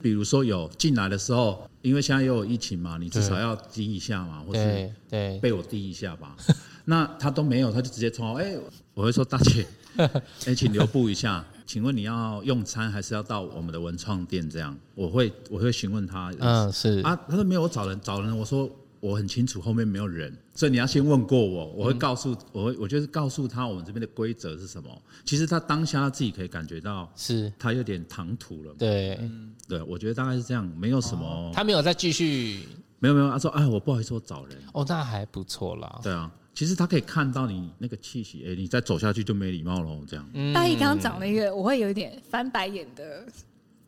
E: 比如说有进来的时候，因为现在也有疫情嘛，你至少要滴一下嘛，或是
B: 对对，
E: 被我滴一下吧。 那他都没有，他就直接冲我，哎、我会说大 姐，哎、请留步一下，请问你要用餐还是要到我们的文创店？这样我会我会询问他，
B: 嗯是
E: 啊，他说没有，我找人找人，我说我很清楚后面没有人，所以你要先问过我，我会告诉、我会我就是告诉他我们这边的规则是什么。其实他当下他自己可以感觉到
B: 是，
E: 他有点唐突了嘛。
B: 对，
E: 对，我觉得大概是这样，没有什
D: 哦
E: 么，哦
B: 他没有再继续，
E: 没有没有，他说，哎，我不好意思，我找人。
B: 哦，那还不错啦，
E: 对啊，其实他可以看到你那个气息，哎、你再走下去就没礼貌喽，这样。
D: 嗯
B: 嗯
A: 大一刚刚讲了一个我会有一点翻白眼的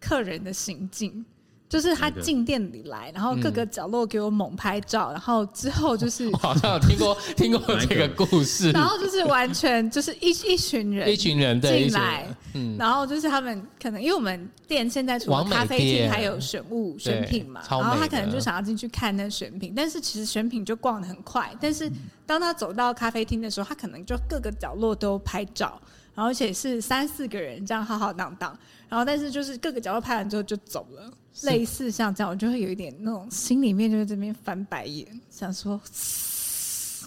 A: 客人的行径，就是他
E: 哪个
A: 进店里来，然后各
B: 嗯
A: 个角落给我猛拍照，然后之后就是
B: 我，好像有听过听过这个故事
A: 然，后就是完全就是一一群人
B: 一群人对一
A: 进
B: 群
A: 来
B: 人，，嗯
A: 然后就是他们可能因为我们店现在除了
B: 完美
A: 咖啡厅
B: 店
A: 还有选物选品嘛，
B: 超
A: 然后他
B: 美的
A: 可能就想要进去看那选品，但是其实选品就逛的很快，但是当他走到咖啡厅的时候，他可能就各个角落都拍照，然后而且是三四个人这样浩浩荡荡，然后但是就是各个角落拍完之后就走了。类似像这样，我就会有一点那种心里面就在这边翻白眼，想说 什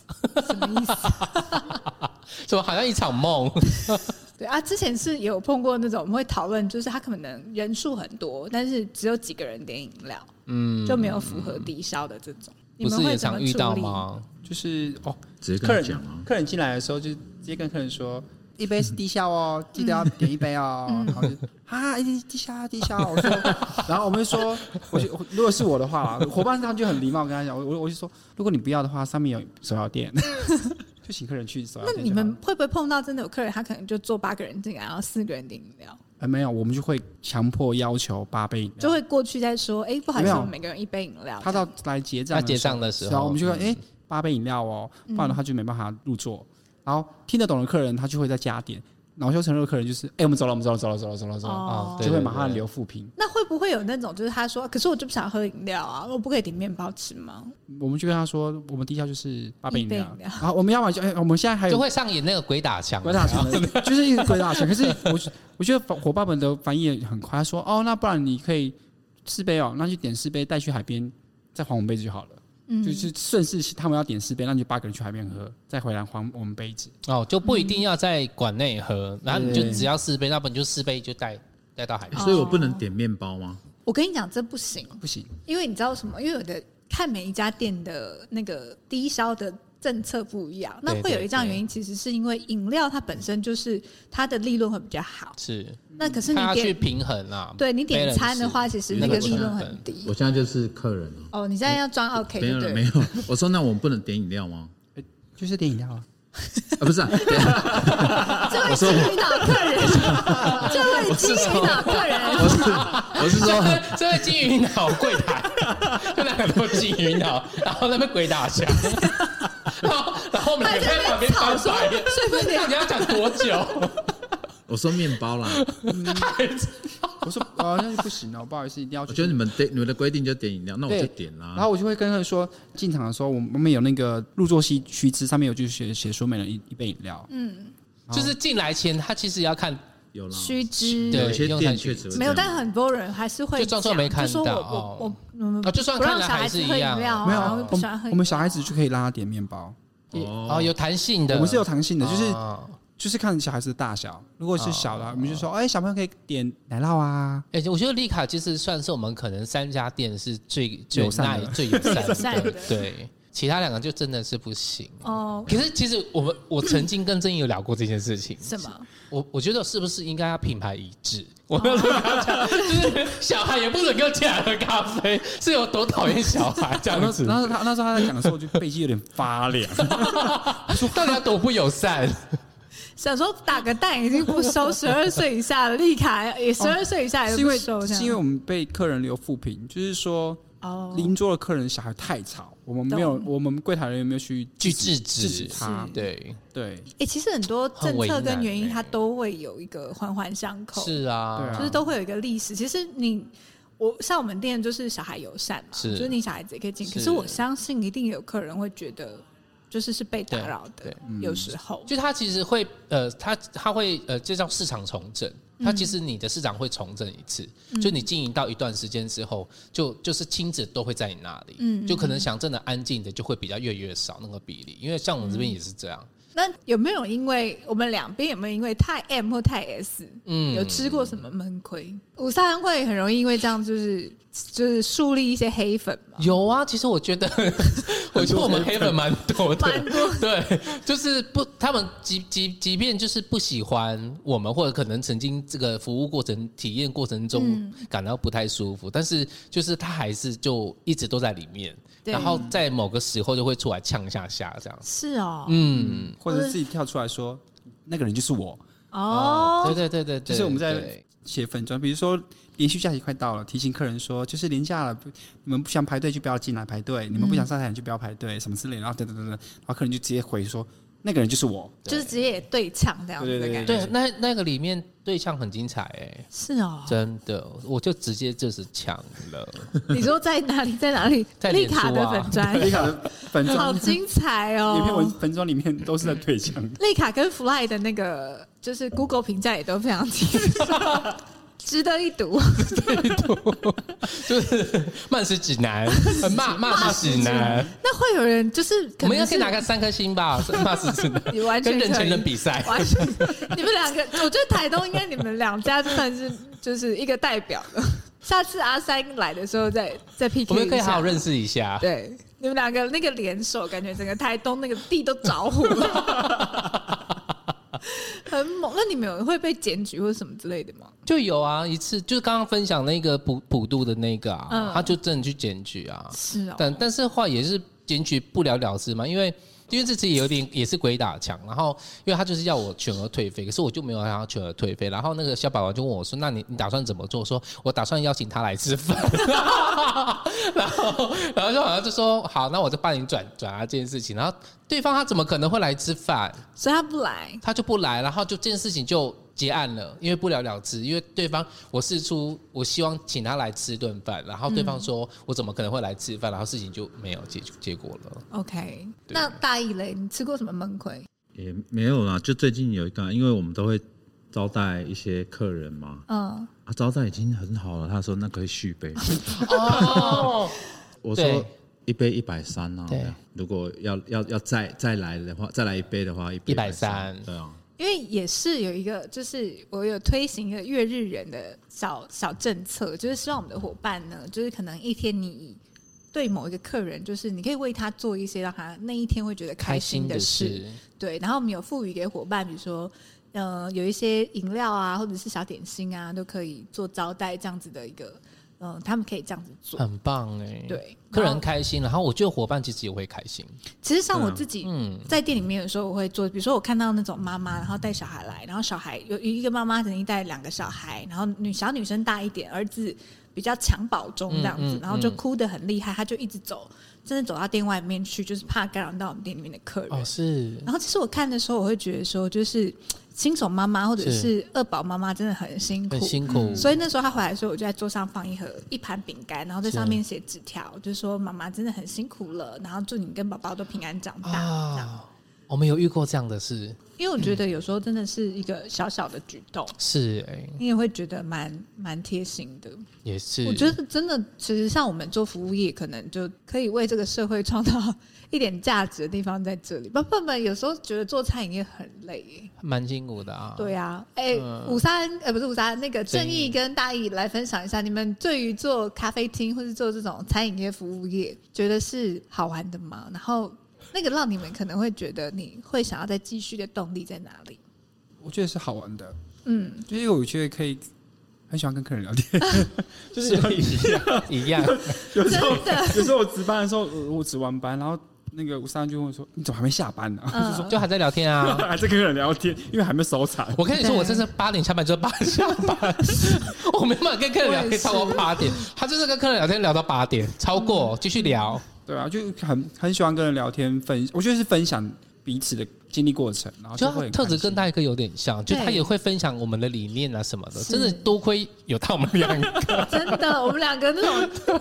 A: 么意思？
B: 怎么好像一场梦？
A: 对啊，之前是有碰过那种，我们会讨论，就是他可能人数很多，但是只有几个人点饮料，嗯，就没有符合低消的这种。你
B: 嗯不
A: 们
B: 是
A: 会
B: 也
A: 怎么
B: 常遇到
A: 处理？
B: 吗？
D: 就是哦，
E: 直接
D: 客
E: 跟他
D: 人
E: 讲
A: 哦
E: 啊，
D: 客人进来的时候就直接跟客人说。一杯是低消 哦，记得要点一杯哦。 然后就啊，一低低消低消， 我说，然后我们就说，我就我如果是我的话啦，伙伴他就很礼貌跟他讲，我我我就说，如果你不要的话，上面有手摇店， 就请客人去手摇店就好
B: 啊
A: 那
D: 了。
A: 你们会不会碰到真的有客人，他可能就坐八个人进来，然后四个人点饮料，
D: 呃没有，我们就会强迫要求八杯饮料
A: 就会过去再说，哎、不好意思，
D: 没有
A: 我们每个人一杯饮料。
D: 他到来结账
B: 他结账的时候嗯
D: 是啊我们就说，哎、八杯饮料哦，
A: 嗯
D: 不然的话就没办法入座。然后听得懂的客人，他就会再加点；恼羞成怒的客人就是，哎、我们走了，我们走了，走了，走了，走了，走了，啊
A: 哦
B: 对
D: 就
B: 对
D: 会
B: 对
D: 马上留负评。
A: 那会不会有那种，就是他说，可是我就不想喝饮料啊，我不可以点面包吃吗？
D: 我们就跟他说，我们低消就是八杯饮
A: 一
D: 料
A: 杯饮，料
D: 然后我们要么就，哎、我们现在还
B: 就
D: 有
B: 会上演那个鬼打墙，
D: 鬼打 墙的，就是一直鬼打墙。可是我我觉得伙伴们的反应也很快，他说，哦，那不然你可以四杯哦，那就点四杯带去海边，再还我们杯子就好了。
A: 嗯，
D: 就是顺势他们要点四杯，那你就八个人去海边喝，再回来还我们杯子。
B: 哦，就不一定要在馆内喝，然后你就只要四杯，要不然你就四杯就带带到海
A: 啊
B: 边。
E: 哎所以我不能点面包吗？
A: 我跟你讲，这不行。
D: 不行，
A: 因为你知道什么？因为有的看每一家店的那个低消的政策不一样，那
B: 对
A: 会有
B: 对
A: 一项原因，其实是因为饮料它本身就是它的利润会比较好。
B: 是，
A: 那可是
B: 他
A: 你
B: 要去
A: 点
B: 平衡啊。
A: 对你点
B: balance
A: 餐的话，其实那
B: 那
A: 个
B: 个
A: 利润
B: 成
A: 很
B: 本
A: 低
E: 我。现在就是客人啊，
A: 哦，你现在要装 OK
E: 没
A: 就
E: 有
A: 对了
E: 了没有。我说那我们不能点饮料吗？
D: 就是点饮料啊。
E: 啊，不是、啊，
A: 这会激遇到客 人，这会激遇到客人。
E: 我是我 是
B: 这
E: 说，
B: 个这个金鱼脑柜台， 就那很多金鱼脑，然后那边鬼打墙， 然后然后我们
A: 他
B: 还
A: 在
B: 在
A: 那
B: 旁
A: 边
B: 边
A: 吵
B: 翻
A: 说
B: 白眼，，
A: 所以不
B: 到底要讲多久？
E: 我说面包啦，
D: 我说 哦，那就不行了，不好意思，一定要去。
E: 我觉得你们点你们的规定就点饮料，那我
D: 对
E: 就点
B: 啊
E: 啦、
D: 然后我就会跟他们说，进场的时候，我们我们有那个入座须须知，上面有就写写说每人一一杯饮料。
A: 嗯
B: 就是进来前他其实要看，
E: 有啦，
A: 须知
B: 对
E: 有些店确实会
A: 没有，
E: 这样
A: 但很多人还是会
B: 就装作
A: 讲
B: 没看
A: 就说我
B: 到
A: 我我
B: 哦
A: 我们
B: 啊就算
A: 不
B: 看
A: 让
B: 了
A: 小
B: 还
A: 孩
B: 是
A: 子
B: 一
A: 喝饮
B: 样
A: 料啊，
D: 没有，
A: 然后
D: 我
A: 不喜欢喝
D: 们
A: 饮
D: 我们小孩
A: 料
D: 子就可以让他点面包，
E: 哦
B: 哦，有弹性的，
D: 我们是有弹性的，就是
B: 哦
D: 就是看小孩子的大小。如果是小的，
B: 哦
D: 我们就说，哎，小朋友可以点奶酪啊，
B: 哎、我觉得丽卡其实算是我们可能三家店是最最
D: 友善
B: 耐、
D: 的
B: 最友
A: 友
B: 善
A: 善
B: 的
A: 的，
B: 对，其他两个就真的是不行。
A: 哦
B: 可是其实我们我曾经跟郑毅有聊过这件事情，
A: 什么？
B: 我我觉得是不是应该要品牌一致？ 哦我没有跟他讲，就是小孩也不准给我进来喝咖啡，是有多讨厌小孩这
D: 然
B: 样
D: 后
B: 子？
D: 然后他那时候他在讲的时候，我就背脊有点发 凉。
B: 到底要多不友善？
A: 想说打个蛋已经不收十二岁以 下的丽卡也十二岁以下也
D: 是
A: 不
D: 因为
A: 收这样，
D: 哦是因为我们被客人留负评，就是说
A: 哦
D: 邻桌的客人小孩太吵，我们没有
A: 懂
D: 我们柜台人员没有去
B: 去制止
D: 制止他。
B: 对，
D: 对
A: 哎、其实很多
B: 很
A: 政
B: 为
A: 策跟
B: 难
A: 原因，
B: 欸
A: 它都会有一个环环相扣，
B: 是啊，
D: 对啊
A: 就是都会有一个历史。其实你我像我们店就是小孩友善嘛，
B: 是
A: 就是你小孩子也可以进，可
B: 是
A: 是我相信一定有客人会觉得就是是被打
B: 对
A: 扰
B: 对
A: 的，
D: 嗯
A: 有时候
B: 就它其实会呃，它它会呃，这叫市场重整。
A: 嗯
B: 它其实你的市场会重整一次，就你经营到一段时间之后，就就是亲子都会在你那里，
A: 嗯嗯
B: 就可能想真的安静的就会比较越来越少那个比例，因为像我
A: 嗯
B: 们这边也是这样，
A: 那有没有因为我们两边有没有因为太 M 或太 S，
B: 嗯，
A: 有吃过什么闷亏？五三会很容易因为这样就是就是树立一些黑粉嘛，
B: 有啊，其实 我觉得，我觉得我们黑粉蛮多的，
A: 蛮多
B: 对，就是不，他们即即即便就是不喜欢我们，或者可能曾经这个服务过程、体验过程
A: 嗯
B: 中感到不太舒服，但是就是他还是就一直都在里面，
A: 对
B: 然后在某个时候就会出来呛一下下这样子。
A: 是哦，
B: 嗯，
D: 或者是自己跳出来说，那个人就是我。
A: 哦，
B: 啊对对对对对，
D: 就是我们在
B: 对
D: 写粉砖，比如说连续假期快到了，提醒客人说，就是年假了，不你们不想排队就不要进来排队，你们不想上台就不要排队，什么之类的，然后等等等等，然后客人就直接回说，那个人就是我，
A: 就是直接也对呛这样子的
D: 对对对
A: 感觉，
B: 对那那个里面对呛很精彩哎、
A: 是哦，
B: 真的，我就直接就是呛了，
A: 你说在哪里？在哪里
B: 在？
A: 丽
B: 脸书啊
A: 卡的粉
D: 丽
A: 砖，
D: 卡的粉
A: 哎 好
D: 砖
A: 精彩
D: 影片文
A: 哦！
D: 粉砖里面都是在对枪，
A: 丽卡跟 Fly 的那个就是 Google 评价也都非常精彩， 值得一读。
B: 就是慢食指南，呃骂骂骂指南。
A: 那会有人就是
B: 我
A: 可能
B: 们应该可
A: 是
B: 以拿个三颗星吧， 骂死真的。
A: 你完全
B: 跟人
A: 可
B: 前
A: 以
B: 人比赛，
A: 完全，你们两个，我觉得台东应该你们两家算是就是一个代表了。下次阿三来的时候再再 PK 一下
B: 我们可以好好认识一啊下。
A: 对，你们两个那个联手，感觉整个台东那个地都着火了， 很猛。那你们有会被检举或者什么之类的吗？
B: 就有啊，一次就是刚刚分享那个普普渡的那个啊，
A: 嗯
B: 他就真的去检举啊，
A: 是哦，
B: 但但是话也是检举不了了之嘛，因为因为这次也有点也是鬼打墙，然后因为他就是要我全额退费，可是我就没有让他全额退费，然后那个小百万就问我说：“那你你打算怎么做？”我说：“我打算邀请他来吃饭。” 然后然后就好像就说：“好，那我就帮你转转达这件事情。”然后对方他怎么可能会来吃饭？
A: 所以他不来，
B: 他就不来，然后就这件事情就结案了，因为不了了之，因为对方我试出我希望请他来吃顿饭，然后对方说、我怎么可能会来吃饭，然后事情就没有结结果了。
A: OK，
B: 对
A: 那大意嘞，你吃过什么闷亏？
E: 也没有啦，就最近有一个，啊因为我们都会招待一些客人嘛，
A: 嗯，
E: 啊，招待已经很好了。他说那可以续 杯，
B: 哦，
E: 我
B: 对
E: 说一杯一百三啊
B: 对，
E: 如果要要要再再来的话，再来一杯的话，一杯
B: 130
E: 对啊，
A: 因为也是有一个，就是我有推行一个月日人的小小政策，就是希望我们的伙伴呢，就是可能一天你对某一个客人，就是你可以为他做一些让他那一天会觉得开心的事，对，然后我们有赋予给伙伴，比如说，呃，有一些饮料啊，或者是小点心啊，都可以做招待这样子的一个，嗯、他们可以这样子做。
B: 很棒哎，
A: 对，
B: 客
A: 然
B: 人
A: 后
B: 开心，然后我觉得伙伴其实也会开心，
A: 其实像我
E: 嗯
A: 自己
B: 嗯，
A: 在店里面有时候我会做，比如说我看到那种妈妈，然后带小孩来，然后小孩有有一个妈妈肯定带两个小孩，然后女小女生大一点，儿子比较襁褓中这样子，
B: 嗯嗯
A: 然后就哭得很厉害，他就一直走，真的走到店外面去，就是怕干扰到我们店里面的客人。
B: 哦，是
A: 然后其实我看的时候，我会觉得说，就是新手妈妈或者
B: 是
A: 是二宝妈妈真的很辛苦
B: 很，辛苦，
A: 所以那时候他回来的时候，我就在桌上放一盒一盘饼干，然后在上面写纸条，就说妈妈真的很辛苦了，然后祝你跟宝宝都平安长嗯大。这样，
B: 啊，我们有遇过这样的事，
A: 因为我觉得
B: 嗯
A: 有时候真的是一个小小的举动，
B: 是哎、
A: 你也会觉得蛮蛮贴心的。
B: 也是，
A: 我觉得真的，其实像我们做服务业，可能就可以为这个社会创造一点价值的地方在这里。不不不，有时候觉得做餐饮业很累耶。
B: 蛮辛苦的啊，
A: 对啊，哎、
B: 嗯
A: 五三，呃，不是五三，那个正义跟大义来分享一下，你们对于做咖啡厅或是做这种餐饮业、服务业，觉得是好玩的吗？然后那个让你们可能会觉得你会想要再继续的动力在哪里？
D: 我觉得是好玩的，
A: 嗯，
D: 就是因为我觉得可以很喜欢跟客人聊 天，
B: 就是一样一样，
D: 有
A: 真
D: 时候
A: 的，
D: 有时候我值班的时候，我我值完班，然后那个吴三就问我说：“你怎么还没下班呢、
A: 嗯，
B: 就还在聊天啊。
D: 还在跟人聊天，因为还没收场。
B: 我跟你说，
A: 对
B: 我这是八点下班就是八点下班， 我没办法跟客人聊天超过八点，他就是跟客人聊天聊到八点，超过继续聊，
A: 嗯
D: 对啊，就很很喜欢跟人聊天，分我觉得是分享彼此的经历过程，然后
B: 就
A: 哦
D: 会
B: 他
D: 很
B: 特质
D: 开心
B: 跟大一哥有点像，就
A: 对
B: 他也会分享我们的理念啊什么的，
A: 是
B: 真的多亏有他们两个，
A: 真的，我们两个那种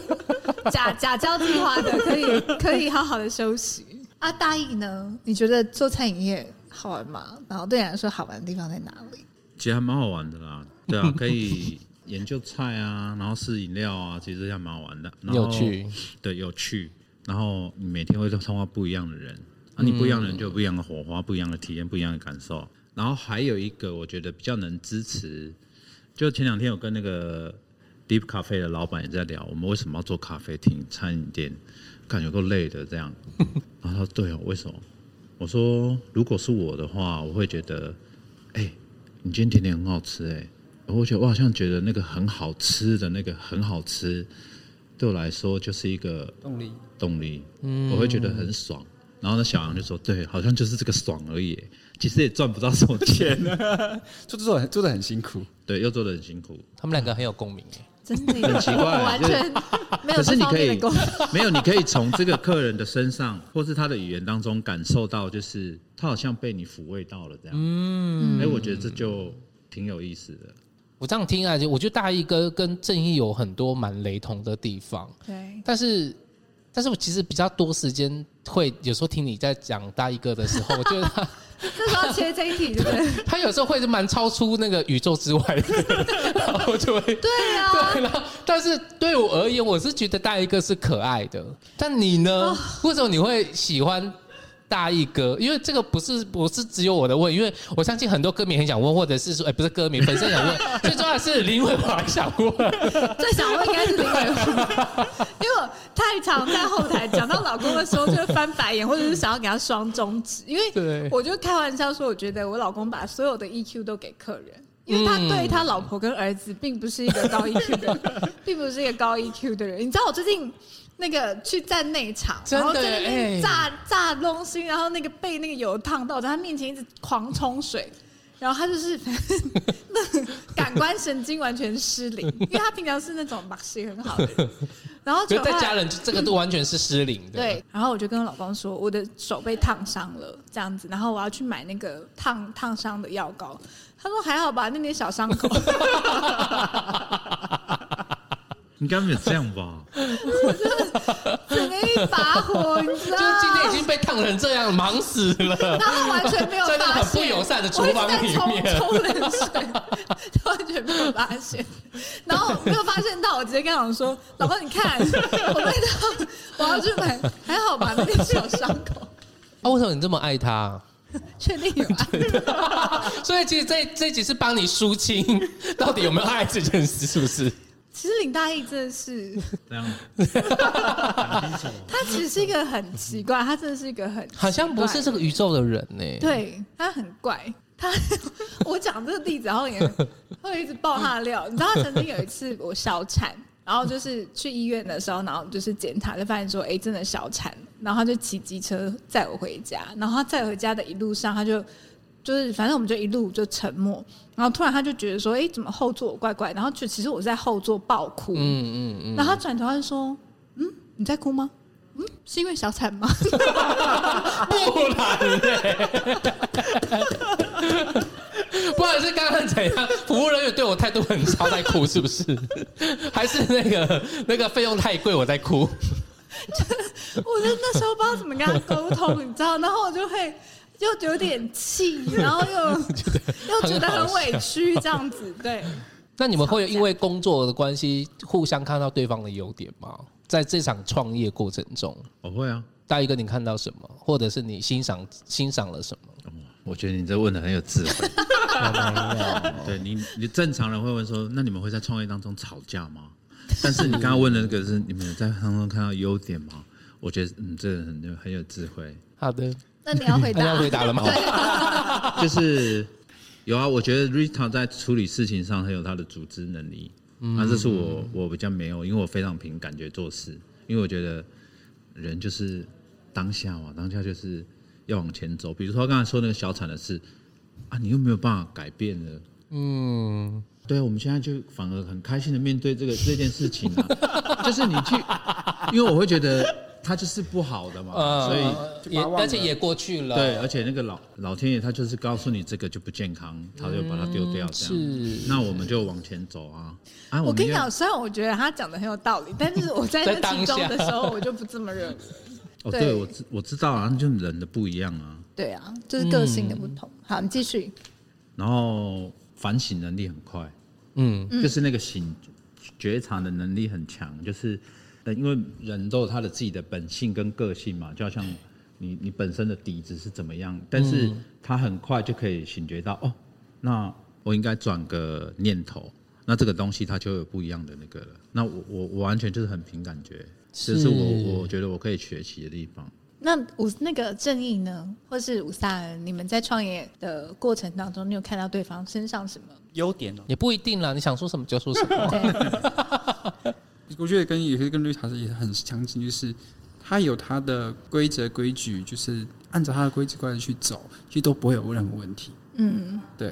A: 假 假交计划的，可以可以好好的休息。啊，大义呢？你觉得做餐饮业好玩吗？然后对你来说好玩的地方在哪里？
E: 其实还蛮好玩的 啦，对啊，可以研究菜啊，然后试饮料啊，其实还蛮好玩的，然后
B: 有趣，
E: 对，有趣。然后你每天会通过不一样的人，啊，你不一样的人就有不一样的火花，不一样的体验，不一样的感受。然后还有一个，我觉得比较能支持，就前两天我跟那个 Deep Cafe 的老板也在聊，我们为什么要做咖啡厅、餐饮店，感觉够累的这样。然后他说：“对哦，为什么？”我说：“如果是我的话，我会觉得，哎、你今天甜点很好吃、哎，我会觉得我好像觉得那个很好吃的那个很好吃，对我来说就是一个
D: 动力。
E: 动力，
A: 嗯
E: 我会觉得很爽。然后呢，小杨就说：“对，好像就是这个爽而已，其实也赚不到什么钱。啊
D: 做做得很做的很辛苦，”
E: 对，又做的很辛苦，
B: 他们两个很有共鸣欸耶，
A: 真的耶，
E: 很奇怪
A: 我完全没有这
E: 可是你
A: 方
E: 可
A: 面
E: 以
A: 的工作。
E: 没有，你可以从这个客人的身上，或是他的语言当中感受到，就是他好像被你抚慰到了这样。嗯，哎、我觉得这就挺有意思的。
A: 嗯
B: 我这样听啊，就我觉得大一哥跟正义有很多蛮雷同的地方，
A: 对，
B: 但是，但是我其实比较多时间会有时候听你在讲大一哥的时候，我觉得他
A: 这时候切这一题，对不对？
B: 他有时候会蛮超出那个宇宙之外 的，然后就会
A: 对啊，
B: 对，然后但是对我而言，我是觉得大一哥是可爱的，但你
A: 哦
B: 呢？为什么你会喜欢大一哥？因为这个不是不是只有我的问，因为我相信很多歌迷很想问，或者是说，哎、不是歌迷，粉丝很想问， 最重要的是林伟华想问，
A: 最想问应该是林伟华， 因为我太常在后台讲到老公的时候，就会翻白眼，或者是想要给他双中指，因为
B: 对
A: 我就开玩笑说，我觉得我老公把所有的 EQ 都给客人。因为他对他老婆跟儿子并不是一
B: 嗯
A: 个高 EQ 的人，并不是一个高 EQ 的人。你知道我最近那个去站内场，
B: 真
A: 然后
B: 的
A: 在那边
B: 哎
A: 炸炸东西，然后那个被那个油烫到，在他面前一直狂冲水，然后他就是 那感官神经完全失灵，因为他平常是那种把戏很好的人，然后
B: 觉
A: 就
B: 得在家
A: 后来
B: 人就这个都完全是失灵的。
A: 对，然后我就跟我老公说，我的手被烫伤了，这样子，然后我要去买那个烫烫伤的药膏。他说还好吧，那点小伤口。
E: 应该没有这样吧？
A: 整个一把火，你知道
B: 就
A: 吗
B: 是今天已经被烫成这样，忙死了。
A: 然后完全没有
B: 在那个
A: 发
B: 很
A: 现，
B: 不友善的厨房里
A: 我一直
B: 面
A: 在冲冲冷水，他完全没有发现，然后没有发现到，我直接跟老公说：“老公，你看，我被烫，我要去买，还好吧，那个小伤口，
B: 啊，为什么你这么爱他？
A: 确定有啊？
B: 所以其实这这一集是帮你疏清 到底有没有爱这件事，是不是？
A: 其实林大义真的是，
E: 这样
A: 他其实是一个很奇怪，他真的是一个很奇怪
B: 好像不是这个宇宙的人呢、，
A: 对他很怪，他 我讲这个例子，然后也会一直爆他的料。你知道，他曾经有一次我小产，然后就是去医院的时候，然后就是检查，就发现说，哎、真的小产。然后他就骑机车载我回家，然后他载我回家的一路上，他就 就是反正我们就一路就沉默，然后突然他就觉得说，哎、怎么后座怪怪？然后就其实我在后座爆哭，
B: 嗯 嗯嗯，
A: 然后他转头他就说，嗯，你在哭吗？嗯，是因为小产吗？
B: 不然嘞，不然是刚刚怎样？服务人员对我态度很差，在哭是不是？ 还是那个那个费用太贵，我在哭？
A: 我就那时候不知道怎么跟他沟通，你知道，然后我就会又有点气，然后又又觉得很委屈，这样子，对。
B: 那你们会因为工作的关系互相看到对方的优点吗？在这场创业过程中，
E: 我会啊。
B: 大一哥你看到什么，或者是你欣赏欣赏了什么？
E: 哦我觉得你这问的很有智慧。对你，你正常人会问说，那你们会在创业当中吵架吗？但是你刚刚问的那个是，你们有在当中看到优点吗？我觉得嗯，这个很有很有智慧，
B: 好的，
A: 那你要回
B: 大
A: 答
B: 家，回答了吗？
E: 就是有啊。我觉得 Rita 在处理事情上很有她的组织能力，那、这是我我比较没有，因为我非常凭感觉做事，因为我觉得人就是当下嘛，当下就是要往前走。比如说刚才说那个小产的事啊，你又没有办法改变了。
B: 嗯，
E: 对啊，我们现在就反而很开心的面对这个这件事情啊，就是你去，因为我会觉得它就是不好的嘛，
B: 嗯
E: 所以
B: 呃
D: 就
B: 也
D: 把它忘了
B: 而且也过去了，
A: 哦
E: 对，而且那个老老天爷他就是告诉你这个就不健康，他就把它丢掉这样，
B: 是
E: 那我们就往前走啊，啊，
A: 嗯我
E: 们
A: 跟你
E: 要
A: 讲，虽然我觉得他讲的很有道理，但是我在
B: 在
A: 那
B: 当
A: 其中
B: 下
A: 的时候，我就不这么认为。
E: 哦，
A: 对
E: 对我知我知道啊，就是人的不一样啊，
A: 对啊，就是个性的不同。好，你继续。
E: 然后反省能力很快，
B: 嗯
E: 就是那个醒觉察的能力很强，就是呃，因为人都有他的自己的本性跟个性嘛，就好像你你本身的底子是怎么样，但是他很快就可以醒觉到哦，那我应该转个念头，那这个东西它就有不一样的那个了。那我我我完全就是很凭感觉，这
B: 是
E: 是我我觉得我可以学习的地方。
A: 那五那个正义呢，或是五萨恩，你们在创业的过程当中，你有看到对方身上什么？
D: 优点哦，
B: 也不一定啦，你想说什么就说什么。
A: 对，
D: 我觉得跟也是跟绿茶是也是很相近，就是他有他的规则规矩，就是按照他的规则规矩去走，其实都不会有任何问题。
A: 嗯，
D: 对，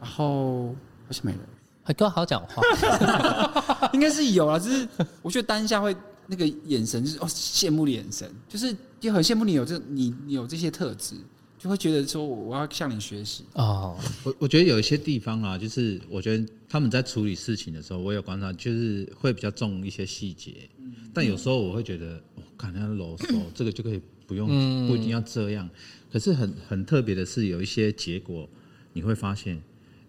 D: 然后好像没了。
B: 很哥好讲话，
D: 应该是有啊，只是我觉得当下会那个眼神就是哦羡慕的眼神，就是就很羡慕你有这你你有这些特质，就会觉得说我我要向你学习。
B: 哦，
E: 我我觉得有一些地方啊，就是我觉得他们在处理事情的时候，我有观察，就是会比较重一些细节。但有时候我会觉得，我感觉啰嗦，这个就可以不用，
B: 嗯
E: 不一定要这样。可是很很特别的是，有一些结果你会发现，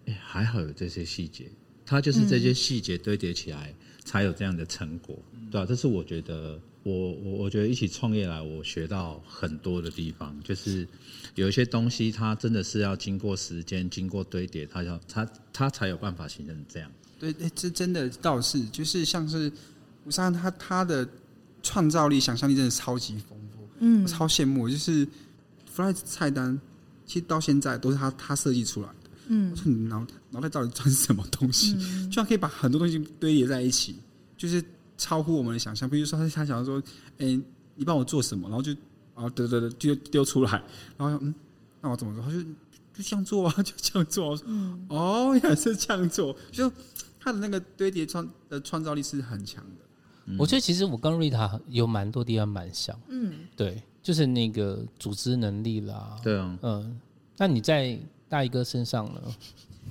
E: 哎、还好有这些细节，它就是这些细节堆叠起来、才有这样的成果，对啊，这是我觉得。我我我觉得一起创业来，我学到很多的地方，就是有一些东西，它真的是要经过时间、经过堆叠，它要它它才有办法形成这样。
D: 对，诶这真的倒是就是像是吴尚他他的创造力、想象力真的超级丰富，嗯，超羡慕。就是 Fly 菜单，其实到现在都是他他设计出来的。嗯，我说你脑脑袋到底装什么东西？ 居然可以把很多东西堆叠在一起，就是超乎我们的想象。比如说他他想说，哎、你帮我做什么？然后就啊，得得得，丢丢出来，然后嗯，那我怎么做？他就就这样做啊，就这样做、啊。我说、哦，原来是这样做，就他的那个堆叠创的创造力是很强的。
B: 我觉得其实我跟瑞塔有蛮多地方蛮像，
A: 嗯，
B: 对，就是那个组织能力啦，
E: 对啊，
B: 嗯，那你在大一哥身上呢？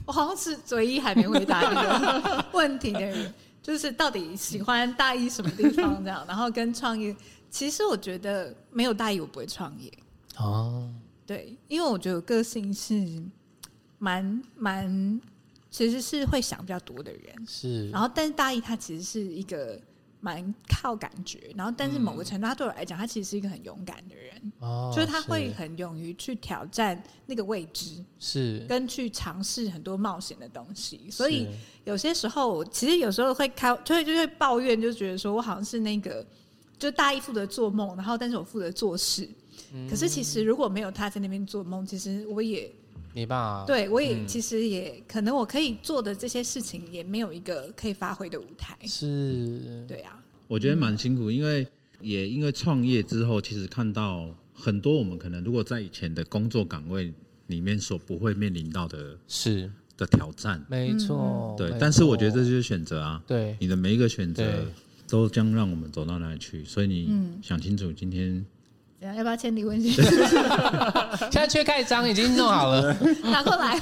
A: 我好像是唯一还没回答这 个问题的人，就是到底喜欢大一什么地方这样，然后跟创业，其实我觉得没有大一我不会创业，
B: 哦，
A: 对，因为我觉得我个性是蛮蛮，其实是会想比较多的人。
B: 是
A: 然后，但是大一他其实是一个蛮靠感觉，然后但是某个程度，他对我来讲，他其实是一个很勇敢的人，
B: 哦
A: 就是他会很勇于去挑战那个未知，
B: 是是
A: 跟去尝试很多冒险的东西。所以
B: 是
A: 有些时候，我其实有时候会开，就会就会抱怨，就觉得说我好像是那个，就大一负责做梦，然后但是我负责做事。
B: 嗯
A: 可是其实如果没有他在那边做梦，其实我也
B: 没办法，，
A: 对我也、
B: 嗯
A: 其实也可能我可以做的这些事情也没有一个可以发挥的舞台。
B: 是
A: 对啊，
E: 我觉得蛮辛苦，因为也因为创业之后，其实看到很多我们可能如果在以前的工作岗位里面所不会面临到的
B: 是
E: 的挑战。
B: 没错，
E: 对
B: 哦没，
E: 但是我觉得
B: 错
E: 这就是选择啊，
B: 对
E: 你的每一个选择
B: 对嗯
E: 都将让我们走到哪里去，所以你想清楚今天
A: 怎样要不要签离 婚协议？
B: 现在缺盖章已经弄好了，
A: 拿过来。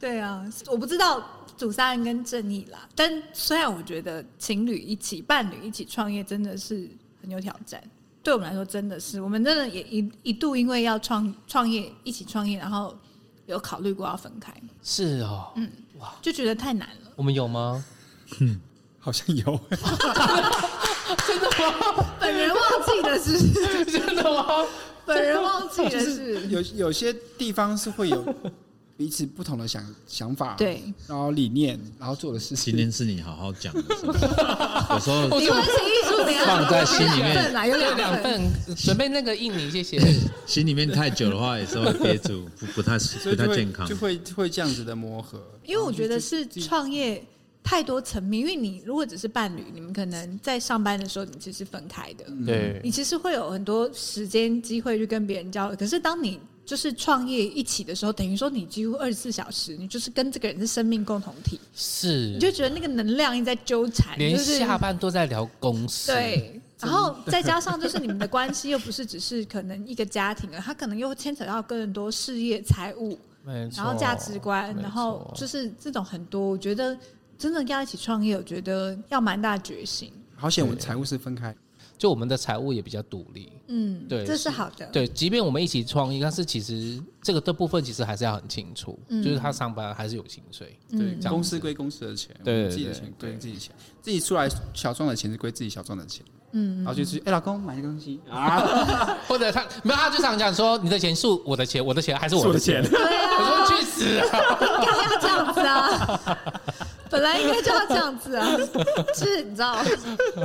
A: 对啊，我不知道主杀人跟正义啦，但虽然我觉得情侣一起、伴侣一起创业真的是很有挑战，对我们来说真的是，我们真的也一一度因为要创创业一起创业，然后有考虑过要分开，
B: 是哦，
A: 就觉得太难了。
B: 我们有吗？
D: 好像有，
A: 本人忘记的是，
B: 真的吗？
A: 本人忘记的
D: 就是
A: 是，
D: 有有些地方是会有彼此不同的想想法，
A: 对，
D: 然后理念，然后做的事情。
E: 今天是你好好讲的时候， 有时候
A: 离婚协议书怎样
E: 放在心里面
A: 有两份啦，啊有
B: 有
A: 两份。
B: 两份，准备那个印尼，谢谢。
E: 心里面太久的话也是会憋住，不不太
D: 所
E: 不
D: 以就
E: 太
D: 会
E: 健康
D: 就。会会这样子的磨合。
A: 因为我觉得是创业太多层面，因为你如果只是伴侣，你们可能在上班的时候你其实是分开的，
B: 嗯对
A: 你其实会有很多时间机会去跟别人交流。可是当你就是创业一起的时候，等于说你几乎二十四小时，你就是跟这个人是生命共同体，
B: 是
A: 你，就觉得那个能量一直在纠缠，
B: 连
A: 就是
B: 下班都在聊公司，，
A: 对，然后再加上就是你们的关系又不是只是可能一个家庭了，他可能又牵扯到更多事业、财务，
B: 没错，
A: 然后价值观，
B: 没
A: 然后
B: 错
A: 就是这种很多，我觉得真的要一起创业，我觉得要蛮大决心。
D: 好险，我们财务是分开，
B: 就我们的财务也比较独立，
A: 嗯，
B: 对
A: 这是好的。，
B: 对，即便我们一起创业，但是其实这个的部分其实还是要很清楚，
A: 嗯
B: 就是他上班还是有薪水，
D: 对，
B: 这样
D: 公司归公司的钱，
B: 对
D: 我们自己的
B: 对
D: 钱
B: 对
D: 归自己的钱，自己出来小赚的钱是归自己小赚的钱，嗯，然后就是哎，老公买个东西啊，
B: 或者他没有，他就常讲说你的钱是我的钱，我的钱还是我的钱，我说去死啊！
A: 应该要这样子啊， 本来应该就要这样子啊，就是你知道，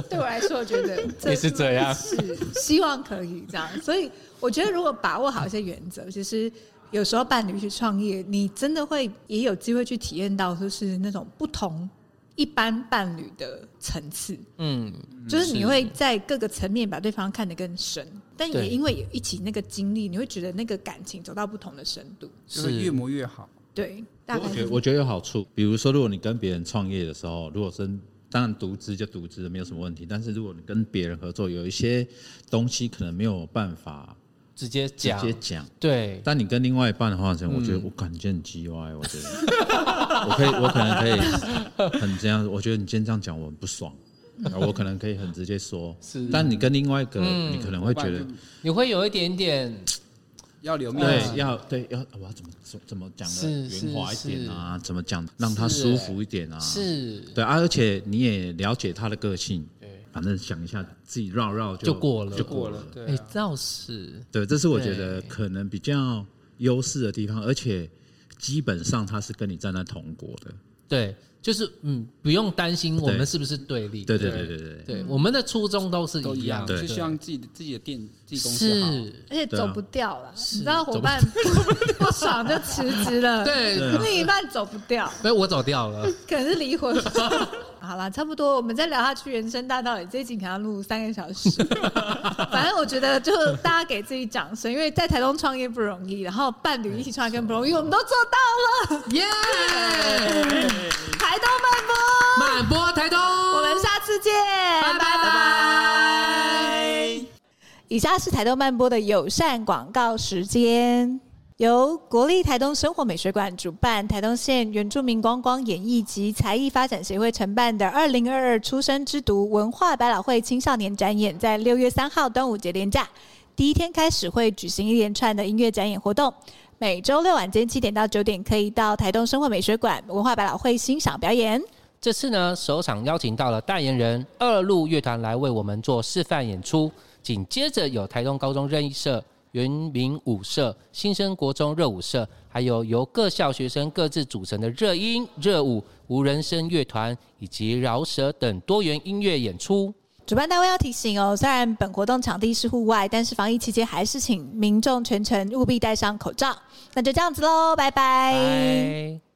A: 对我来说，我觉得
B: 也是这样
A: 是希望可以这样。所以我觉得，如果把握好一些原则，其实有时候伴侣去创业，你真的会也有机会去体验到，就是那种不同一般伴侣的层次。
B: 嗯，
A: 就是你会在各个层面把对方看得更深，但
B: 对
A: 也因为有一起那个经历，你会觉得那个感情走到不同的深度。
D: 就是越磨越好，
A: 对，大概
E: 我觉
A: 是
E: 得我觉得有好处，比如说，如果你跟别人创业的时候，如果是当然独资就独资没有什么问题，但是如果你跟别人合作，有一些东西可能没有办法
B: 直接
E: 直
B: 讲，嗯
E: 接讲，
B: 对，
E: 但你跟另外一半的话，这样我觉得我感觉很叽歪，我觉得 我可以，我可能可以很这样，我觉得你今天这样讲我很不爽，然后我可能可以很直接说，
B: 嗯是
E: 但你跟另外一个，
B: 嗯
E: 你可能会觉得
D: 不然就
B: 你会有一点点
D: 要留面子
E: 对，，要对要我要怎么怎怎么讲的
B: 嗯是是
E: 圆滑一点啊，怎么讲让他舒服一点啊，
B: 是
E: 对啊，而且你也了解他的个性，
B: 对，
E: 反正想一下自己绕绕
B: 就
E: 就
B: 过了
E: 就
D: 过
E: 过
D: 了
E: 了，，
D: 对
B: 哎
D: 啊，，
B: 倒是
E: 对，这是我觉得
B: 对
E: 可能比较优势的地方，而且基本上他是跟你站在同国的。
B: 对，就是嗯，不用担心我们
E: 对
B: 是不是对立，
E: 对对对对对对
B: 对，我们的初衷都是
D: 都
B: 一
D: 一
B: 样
D: 样，
B: 的，
D: 就
E: 对
D: 希望自己的自己的店自己公司好，
B: 是，
A: 而且
E: 对啊
A: 走不掉了，
B: 是
A: 你知道伙伴不爽就辞职了，，
B: 对，
A: 另一半走不掉，
B: 被哎我走掉 了，
A: 可能是离婚。 好啦，差不多，我们再聊下去，人生大道理这一集可能要录三个小时。 反正我觉得，就大家给自己掌声，因为在台东创业不容易，然后伴侣一起创业更不容易，我们都做到了，
B: 耶！
A: 台东奔波。
B: 满播台东，
A: 我们下次见，拜拜拜。以下是台东漫播的友善广告时间，由国立台东生活美学馆主办，台东县原住民观光演艺及才艺发展协会承办的二零二二出生之读文化百老汇青少年展演，在六月三号端午节连假第一天开始会举行一连串的音乐展演活动。每周六晚间七点到九点，可以到台东生活美学馆文化百老汇欣赏表演。
B: 这次呢，首场邀请到了代言人二路乐团来为我们做示范演出，紧接着有台东高中任意社、原民舞社、新生国中热舞社，还有由各校学生各自组成的热音、热舞、无人声乐团以及饶舌等多元音乐演出。
A: 主办单位要提醒哦，虽然本活动场地是户外，但是防疫期间还是请民众全程务必戴上口罩。那就这样子喽，拜拜
B: 拜。